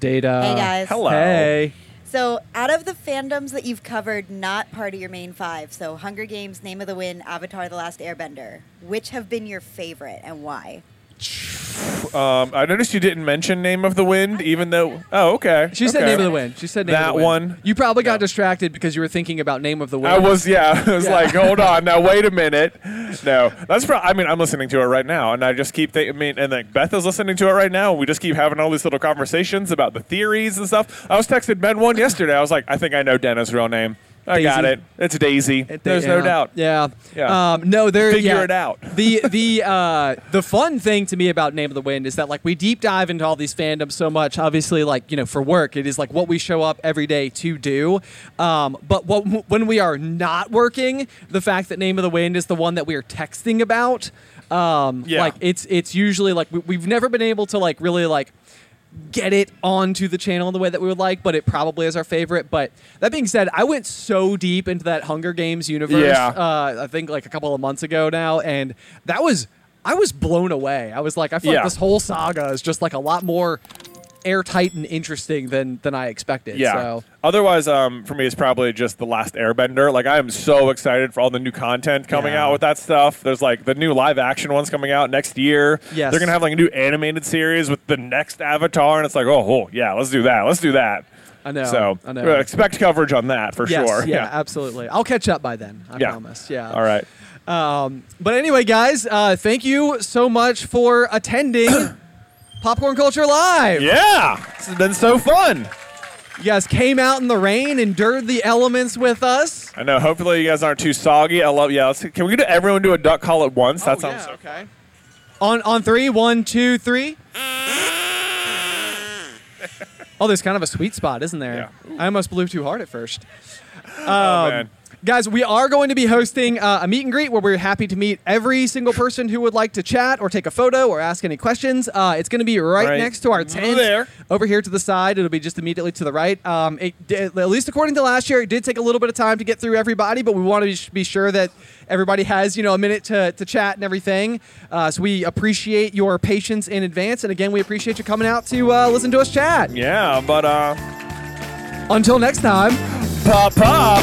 [SPEAKER 2] Data.
[SPEAKER 14] Hey, guys. Hello.
[SPEAKER 2] Hey.
[SPEAKER 14] So, out of the fandoms that you've covered, not part of your main five, so Hunger Games, Name of the Wind, Avatar: The Last Airbender, which have been your favorite and why?
[SPEAKER 4] Um, I noticed you didn't mention Name of the Wind, even though. Oh, okay.
[SPEAKER 2] She said
[SPEAKER 4] Okay.
[SPEAKER 2] name of the wind. She said name
[SPEAKER 4] that
[SPEAKER 2] of the wind.
[SPEAKER 4] one.
[SPEAKER 2] You probably got distracted because you were thinking about name of the wind.
[SPEAKER 4] I was yeah. I was
[SPEAKER 2] Yeah.
[SPEAKER 4] like, hold on, now wait a minute. No, that's pro- I mean, I'm listening to it right now, and I just keep. Th- I mean, and like Beth is listening to it right now. And we just keep having all these little conversations about the theories and stuff. I was texting Ben one yesterday. I was like, I think I know Dennis' real name. I got
[SPEAKER 2] Daisy.
[SPEAKER 4] it. It's Daisy. There's no
[SPEAKER 2] Yeah.
[SPEAKER 4] doubt.
[SPEAKER 2] Yeah.
[SPEAKER 4] Yeah.
[SPEAKER 2] Um, no, there.
[SPEAKER 4] Figure
[SPEAKER 2] yeah.
[SPEAKER 4] it out.
[SPEAKER 2] the the uh, the fun thing to me about Name of the Wind is that like we deep dive into all these fandoms so much. Obviously, like you know, for work, it is like what we show up every day to do. Um, but what, when we are not working, the fact that Name of the Wind is the one that we are texting about, um,
[SPEAKER 15] Yeah.
[SPEAKER 2] like it's it's usually like we, we've never been able to like really like get it onto the channel in the way that we would like, but it probably is our favorite. But that being said, I went so deep into that Hunger Games universe,
[SPEAKER 4] Yeah.
[SPEAKER 2] uh, I think like a couple of months ago now, and that was I was blown away. I was like, I feel
[SPEAKER 4] Yeah.
[SPEAKER 2] like this whole saga is just like a lot more airtight and interesting than than I expected.
[SPEAKER 4] Yeah.
[SPEAKER 2] So.
[SPEAKER 4] Otherwise, um, for me, it's probably just the last Airbender. Like, I am so excited for all the new content coming
[SPEAKER 2] Yeah.
[SPEAKER 4] out with that stuff. There's like the new live action ones coming out next year.
[SPEAKER 2] Yes.
[SPEAKER 4] they're gonna have like a new animated series with the next Avatar, and it's like, oh, oh yeah, let's do that. Let's do that.
[SPEAKER 2] I know,
[SPEAKER 4] So
[SPEAKER 2] I know.
[SPEAKER 4] uh, expect coverage on that for
[SPEAKER 2] Yes,
[SPEAKER 4] sure.
[SPEAKER 2] Yeah, absolutely. I'll catch up by then. I
[SPEAKER 4] Yeah.
[SPEAKER 2] promise. Yeah.
[SPEAKER 4] All right.
[SPEAKER 2] Um, but anyway, guys, uh, thank you so much for attending Popcorn Culture Live.
[SPEAKER 4] Yeah, this has been so fun.
[SPEAKER 2] You guys came out in the rain, endured the elements with us.
[SPEAKER 4] I know. Hopefully, you guys aren't too soggy. I love. Yeah. Let's, can we do everyone do a duck call at once?
[SPEAKER 2] Oh,
[SPEAKER 4] that sounds so
[SPEAKER 2] okay. On on three, one, two, three. oh, there's kind of a sweet spot, isn't there? I almost blew too hard at first. Um,
[SPEAKER 4] Oh, man.
[SPEAKER 2] Guys, we are going to be hosting uh, a meet and greet where we're happy to meet every single person who would like to chat or take a photo or ask any questions. Uh, it's going to be right,
[SPEAKER 10] Right
[SPEAKER 2] next to our tent.
[SPEAKER 10] there.
[SPEAKER 2] Over here to the side. It'll be just immediately to the right. Um, it, di- at least according to last year, it did take a little bit of time to get through everybody, but we want to be- be sure that everybody has, you know, a minute to, to chat and everything. Uh, so we appreciate your patience in advance. And again, we appreciate you coming out to uh, listen to us chat.
[SPEAKER 4] Yeah, but uh,
[SPEAKER 2] until next time,
[SPEAKER 4] pop pop.